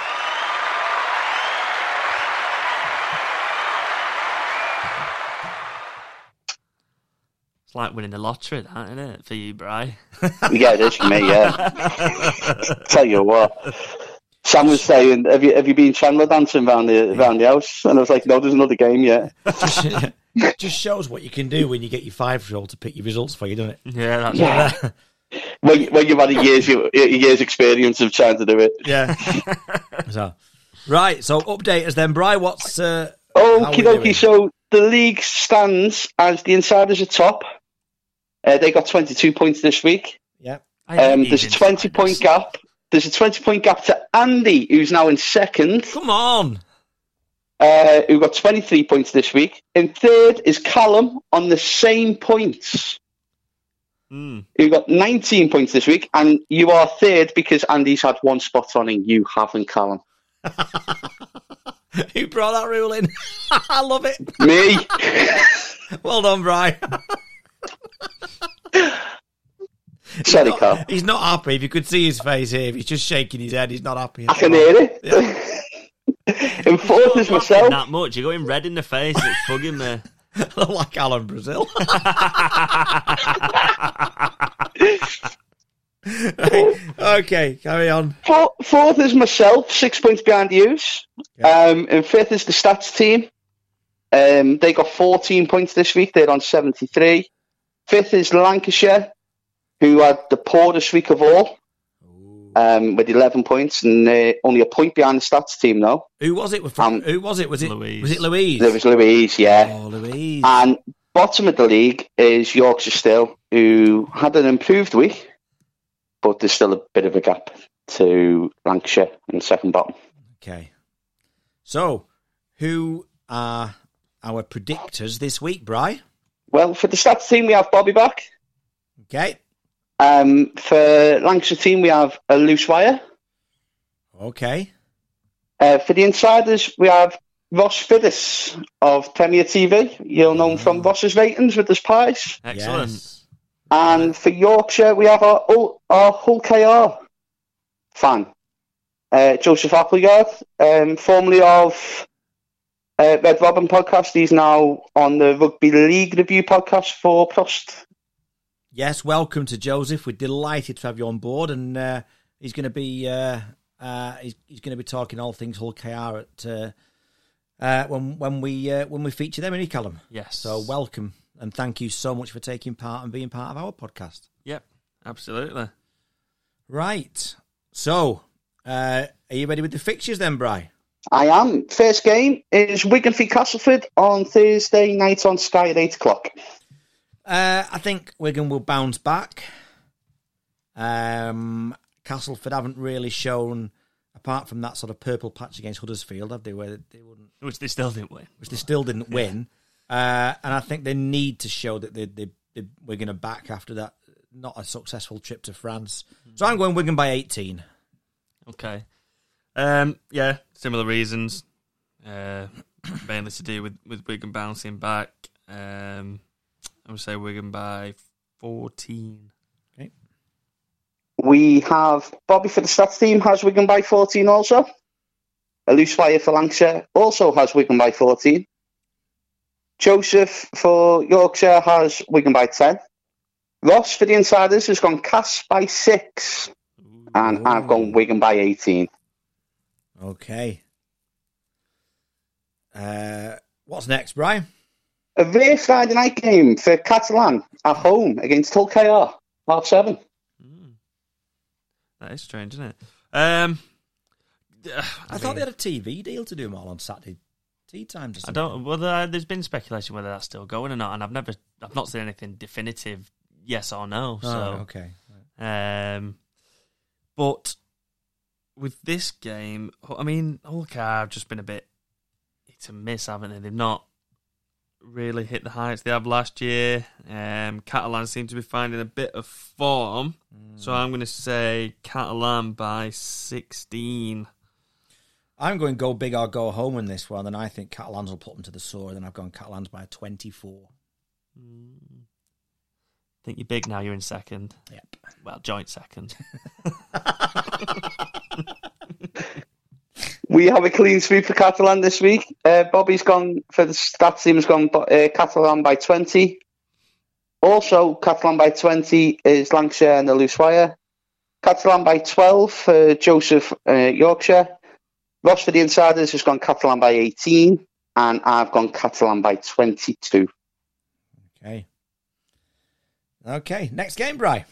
A: It's like winning the lottery, that isn't it, for you, Bry?
G: yeah, it is for me, yeah. Tell you what. Sam was saying, have you, have you been Chandler dancing round the, round the house? And I was like, no, there's another game yet.
B: Just shows what you can do when you get your five year old to pick your results for you, doesn't it?
A: Yeah, that's
G: Yeah. when, when you've had a year's, a year's experience of trying to do it.
A: yeah.
B: So, right. So, update us then, Bry. What's. Uh, how we
G: Okie
B: doing?
G: dokie. So the league stands as the insiders are top. Uh, they got 22 points this week.
B: Yeah.
G: Um, there's a 20 point gap. There's a 20 point gap to Andy, who's now in second,
B: Come on.
G: uh, who got 23 points this week. In third is Callum on the same points,
A: Mm.
G: who got 19 points this week. And you are third because Andy's had one spot on and you haven't, Callum.
B: Who brought that rule in? I love it.
G: Me?
B: Well done, Bry.
G: Sorry, Carl.
B: He's not happy. If you could see his face here, if he's just shaking his head, he's not happy.
G: I can hear it. in fourth is myself.
A: That much. You're going red in the face. It's bugging me.
B: look like Alan Brazil. okay, carry on.
G: Four, fourth is myself, six points behind yous.
B: Yeah.
G: Um, and fifth is the stats team. Um, they got 14 points this week. They're on 73. Fifth is Lancashire, who had the poorest week of all um, with 11 points. And they're only a point behind the stats team now.
B: Who was it? From,
G: Um,
B: who was it? Was it
A: Louise.
B: Was it Louise?
G: There was Louise, Ah. yeah.
B: Oh, Louise.
G: And bottom of the league is Yorkshire still, who had an improved week, but there's still a bit of a gap to Lancashire in the second bottom.
B: okay. So, who are our predictors this week, Bry?
G: Well, for the stats team, we have Bobby back.
B: Okay.
G: Um, for Lancashire team, we have a loose wire.
B: Okay.
G: Uh, for the insiders, we have Ross Fiddis of Premier TV. You'll know him from Ross's ratings with his pies.
A: Excellent.
B: Yes.
G: And for Yorkshire, we have our Hull- our Hull KR fan, uh, Joseph Appleyard, um, formerly of uh, Red Robin podcast. He's now on the Rugby League Review podcast for Prost.
B: Yes, welcome to Joseph. We're delighted to have you on board, and uh, he's going to be uh, uh, he's, he's going to be talking all things Hull KR at uh, uh, when when we uh, when we feature them in e Callum.
A: Yes.
B: So welcome, and thank you so much for taking part and being part of our podcast.
A: Yep. Absolutely.
B: Right. So, uh, are you ready with the fixtures then, Bry?
G: I am. First game is Wigan v Castleford on Thursday night on Sky at 8 o'clock.
B: Uh, I think Wigan will bounce back. Um, Castleford haven't really shown, apart from that sort of purple patch against Huddersfield, have they? Where they wouldn't,
A: Which they still didn't win.
B: which they still didn't win. Uh, and I think they need to show that they, they, they Wigan are back after that not a successful trip to France.
A: Hmm.
B: So I'm going Wigan by 18.
A: Okay. Um. Yeah. Similar reasons. Uh, mainly to do with with Wigan bouncing back. Um, I would say Wigan by fourteen.
G: We have Bobby for the stats team has Wigan by 14 also. A loose wire for Lancashire also has Wigan by 14. Joseph for Yorkshire has Wigan by 10. Ross for the insiders has gone Cass by 6. And I've gone Wigan by 18.
B: Okay. Uh, what's next, Brian?
G: A rare Friday night game for Catalan at home against Hull KR, half seven.
A: That is strange, isn't it? Um,
B: I, thought they had a TV deal to do them all on Saturday tea times. Or
A: I
B: something.
A: don't. Well, there, there's been speculation whether that's still going or not, and I've never, I've not seen anything definitive, yes or no.
B: Oh,
A: so,
B: okay.
A: Um, but with this game, I mean, Hulk have just been a bit hit and miss, haven't they? They've not really hit the heights they have last year. Um, Catalan seem to be finding a bit of form, so I'm going to say Catalan by 16.
B: I'm going go big or go home in this one, and I think Catalans will put them to the sword. And then I've gone Catalans by 24.
A: I think you're big now. You're in second.
B: Yep.
A: Well, joint second.
G: We have a clean sweep for Catalan this week. Uh, Bobby's gone for the stats team has gone uh, Catalan by twenty. Also, Catalan by twenty is Lancashire and the loose wire. Catalan by twelve for Joseph uh, Yorkshire. Ross for the insiders has gone Catalan by eighteen, and I've gone Catalan by twenty-two.
B: Okay. Okay. Next game, Bry.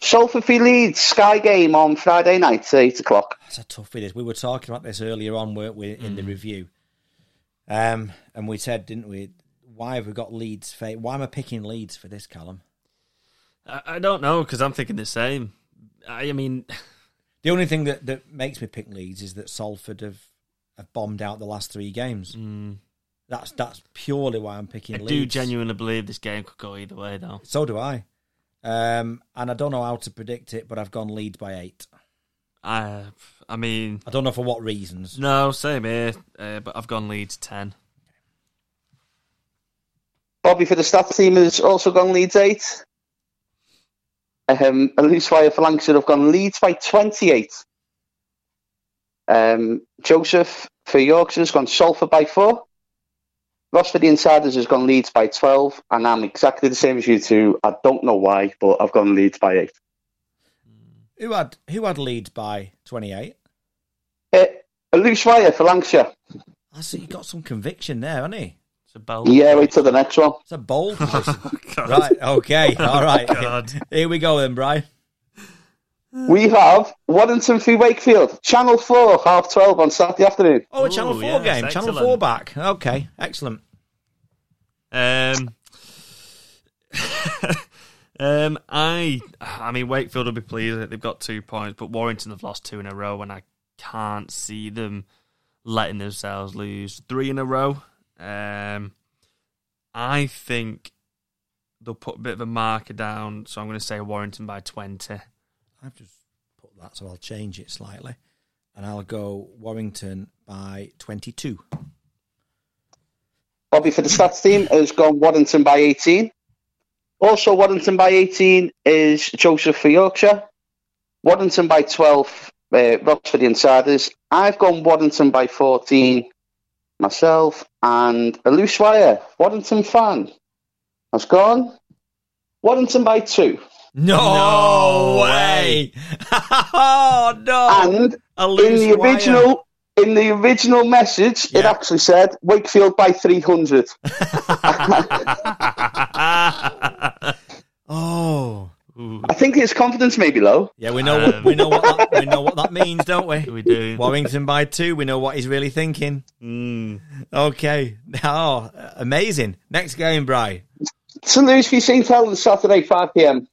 G: Salford v Leeds Sky game on Friday night, at eight o'clock.
B: That's a tough it is. We were talking about this earlier on, weren't we, in
A: Mm.
B: the review? Um, and we said, didn't we? Why have we got Leeds? Fa- why am I picking Leeds for this column?
A: I, I don't know because I'm thinking the same. I, I mean,
B: The only thing that, that makes me pick Leeds is that Salford have, have bombed out the last three games. That's that's purely why I'm picking
A: Mm. I
B: Leeds.
A: do genuinely believe this game could go either way, though.
B: So do I. Um, and I don't know how to predict it, but I've gone Leeds by eight.
A: I, I mean,
B: I don't know for what reasons.
A: no, same here. Uh, but I've gone Leeds ten.
G: Bobby for the stats team has also gone Leeds 8. Um, Elise Wire for Lancashire have gone Leeds by 28. Um, Joseph for Yorkshire has gone Salford by 4. Ross for the Insiders has gone Leeds by 12. And I'm exactly the same as you two. I don't know why, but I've gone Leeds by 8.
B: Who had who had Leeds by twenty eight?
G: Uh, Elise Wire for Lancashire.
B: I see you got some conviction there, hasn't he?
A: It's a bold.
G: Yeah, wait till the next one.
B: It's a bold position.
A: God.
B: right, okay, all right.
A: God.
B: Here we go then, Brian.
G: We have Waddington through Wakefield, Channel 4, half 12 on Saturday afternoon.
B: Oh, a
A: Ooh,
B: Channel 4
A: yes,
B: game. Channel 4
A: excellent.
B: back. Okay, excellent.
A: Um, um, I, I mean, Wakefield will be pleased that they've got two points, but Warrington have lost two in a row, and I can't see them letting themselves lose three in a row. Um, I think they'll put a bit of a marker down, so I'm going to say Warrington by twenty.
B: I've just put that, so I'll change it slightly. And I'll go Warrington by 22.
G: Bobby for the stats team has gone Waddington by 18. Also, Waddington by 18 is Joseph for Yorkshire. Waddington by 12, uh, Robs for the Insiders. I've gone Waddington by 14 myself. And a loose wire, Waddington fan, has gone Waddington by 2.
B: No, way! oh, no!
G: And
B: a
G: in
B: loose
G: the
B: wire.
G: original. In the original message, it
B: Yeah.
G: actually said Wakefield by 300.
B: Oh.
G: I think his confidence may be low.
B: Yeah, we know what we know what that, we know what that means, don't we?
A: We do.
B: Warrington by two. We know what he's really thinking.
A: Mm.
B: Okay. Oh, amazing. Next game, Bry.
G: St. Louis v St. Helens, Saturday, 5 pm.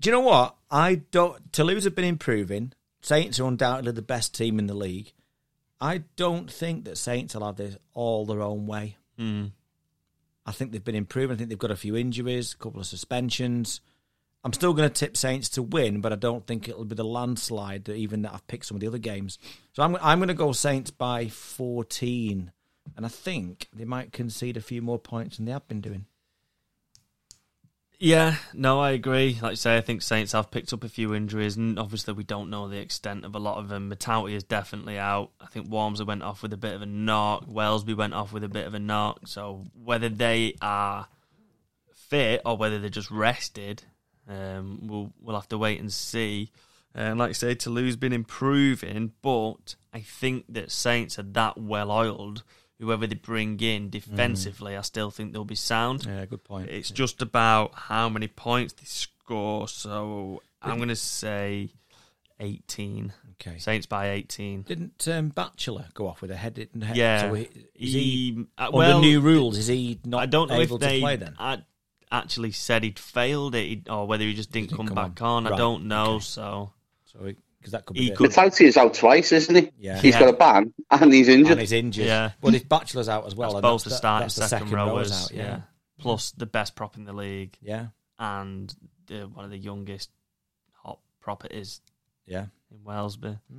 B: Do you know what? I don't. Toulouse have been improving. Saints are undoubtedly the best team in the league. I don't think that Saints will have this all their own way.
A: Mm.
B: I think they've been improving. I think they've got a few injuries, a couple of suspensions. I'm still going to tip Saints to win, but I don't think it'll be the landslide that even that I've picked some of the other games. So I'm I'm going to go Saints by 14, and I think they might concede a few more points than they have been doing.
A: Yeah, no, I agree. Like you say, I think Saints have picked up a few injuries, and obviously we don't know the extent of a lot of them. Matauti is definitely out. I think Wormsley went off with a bit of a knock. Wellesby went off with a bit of a knock. So whether they are fit or whether they're just rested, um, we'll we'll have to wait and see. Um, like I say, Toulouse been improving, but I think that Saints are that well oiled. Whoever they bring in defensively, I still think they'll be sound.
B: Yeah, good point.
A: It's just about how many points they score. So I'm going to say 18.
B: okay.
A: Saints by 18.
B: Didn't um, Bachelor go off with a head? head
A: Yeah.
B: So he, is he,
A: He- uh,
B: on
A: well,
B: the new rules, is he not
A: I don't know
B: able
A: if they
B: to play then?
A: a- actually said he'd failed it he'd- or whether he just didn't, come,
B: come
A: back on.
B: on.
A: I
B: Right.
A: don't know. So
B: So because that could
A: he
B: be. the-
A: could-
G: Fatality is out twice, isn't he?
B: Yeah.
G: He's got a ban and he's injured.
B: and he's injured.
A: Yeah.
B: But if Bachelor's out as well,
A: That's
B: and
A: both
B: that's
A: the
B: the-
A: starting
B: that's the
A: second, rowers.
B: rowers out. Mm-hmm.
A: yeah. Plus the best prop in the league
B: Yeah.
A: and the, one of the youngest hot prop it is
B: Yeah.
A: in Wellesby.
B: yeah.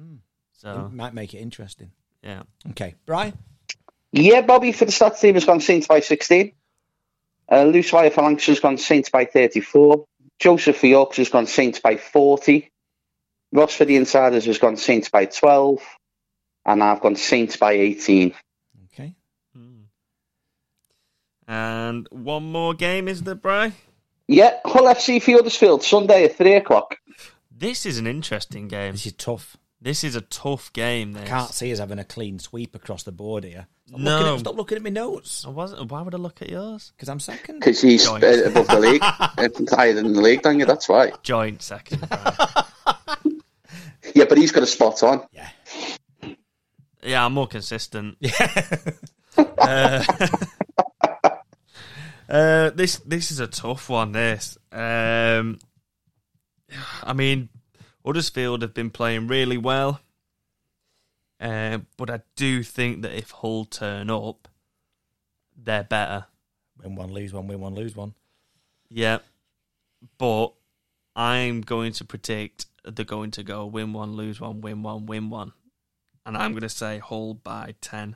A: So
B: It might make it interesting.
A: yeah,
B: Okay, Brian.
G: Yeah, Bobby for the stats team has gone Saints by 16. Uh, Luce Wire for Lancashire's gone Saints by 34. Joseph for Yorkshire's gone Saints by 40. Ross for the Insiders has gone Saints by 12. And I've gone Saints by 18.
B: Okay.
A: and one more game is there, Bry?
G: Yeah, Hull FC for Huddersfield, Sunday at 3 o'clock.
A: This is an interesting game.
B: This is tough.
A: This is a tough game. This.
B: Can't see us having a clean sweep across the board here. Stop
A: No.
B: Looking at, stop looking at my notes
A: I wasn't. Why would I look at yours?
B: because I'm second.
G: Because he's
A: Joint.
G: uh, above the league. and higher than the league, don't you? That's why.
A: Joint second. Bri.
G: Yeah, but he's got a spot on.
B: Yeah.
A: yeah, I'm more consistent. Uh, this this is a tough one. This, um, I mean, Huddersfield have been playing really well, uh, but I do think that if Hull turn up, they're better.
B: Win one, lose one. Win one, lose one.
A: Yeah, but I'm going to predict they're going to go win one, lose one, win one, win one, and I'm going to say Hull by ten.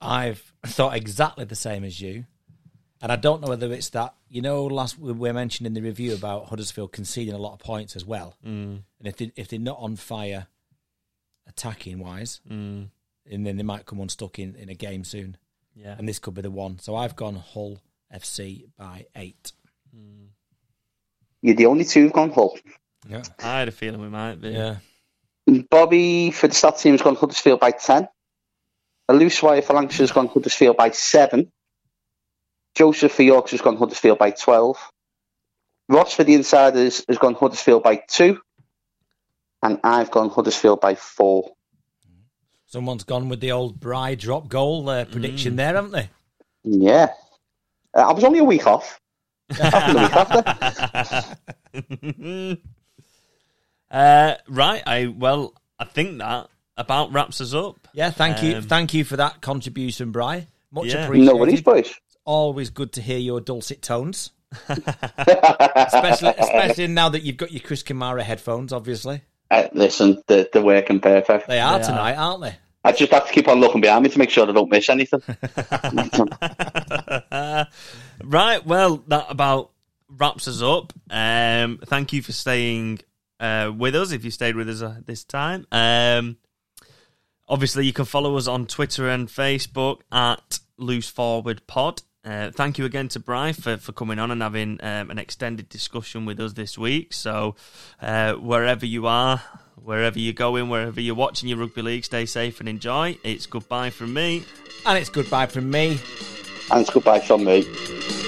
B: I've thought exactly the same as you. And I don't know whether it's that, you know, last we we mentioned in the review about Huddersfield conceding a lot of points as well. Mm. And if, they, if they're not on fire attacking wise,
A: Mm,
B: and then they might come unstuck in, in a game soon.
A: Yeah,
B: And this could be the one. So I've gone Hull FC by eight.
G: You're the only two who've gone Hull.
B: Yeah.
A: I had a feeling we might be.
B: Yeah.
G: Bobby for the stat team has gone Huddersfield by 10. A loose wire for Lancashire has gone Huddersfield by 7. Joseph for Yorkshire has gone Huddersfield by 12. Ross for the insiders has gone Huddersfield by 2. And I've gone Huddersfield by 4.
B: Someone's gone with the old Bry drop goal uh,
A: Mm.
B: prediction there, haven't they?
G: Yeah. Uh, I was only a week off. After the week after.
A: Uh, right. I well, I think that about wraps us up.
B: Yeah, thank you.
A: Um,
B: Thank you for that contribution, Bry. Much
A: Yeah.
B: appreciated.
G: No worries, boys.
B: always good to hear your dulcet tones. especially, especially now that you've got your Chris Kimara headphones, obviously.
G: Uh, listen, they're, they're working perfect.
B: They are
A: They are.
B: tonight, are. not they?
G: I just have to keep on looking behind me to make sure I don't miss anything.
A: right. Well, that about wraps us up. Um, thank you for staying uh, with us. If you stayed with us uh, this time, um, obviously you can follow us on Twitter and Facebook at Loose Forward Pod. Uh, thank you again to Bry for, for coming on and having um, an extended discussion with us this week. So, uh, wherever you are, wherever you're going, wherever you're watching your rugby league, stay safe and enjoy. It's goodbye from me.
B: And it's goodbye from me.
G: and it's goodbye from me.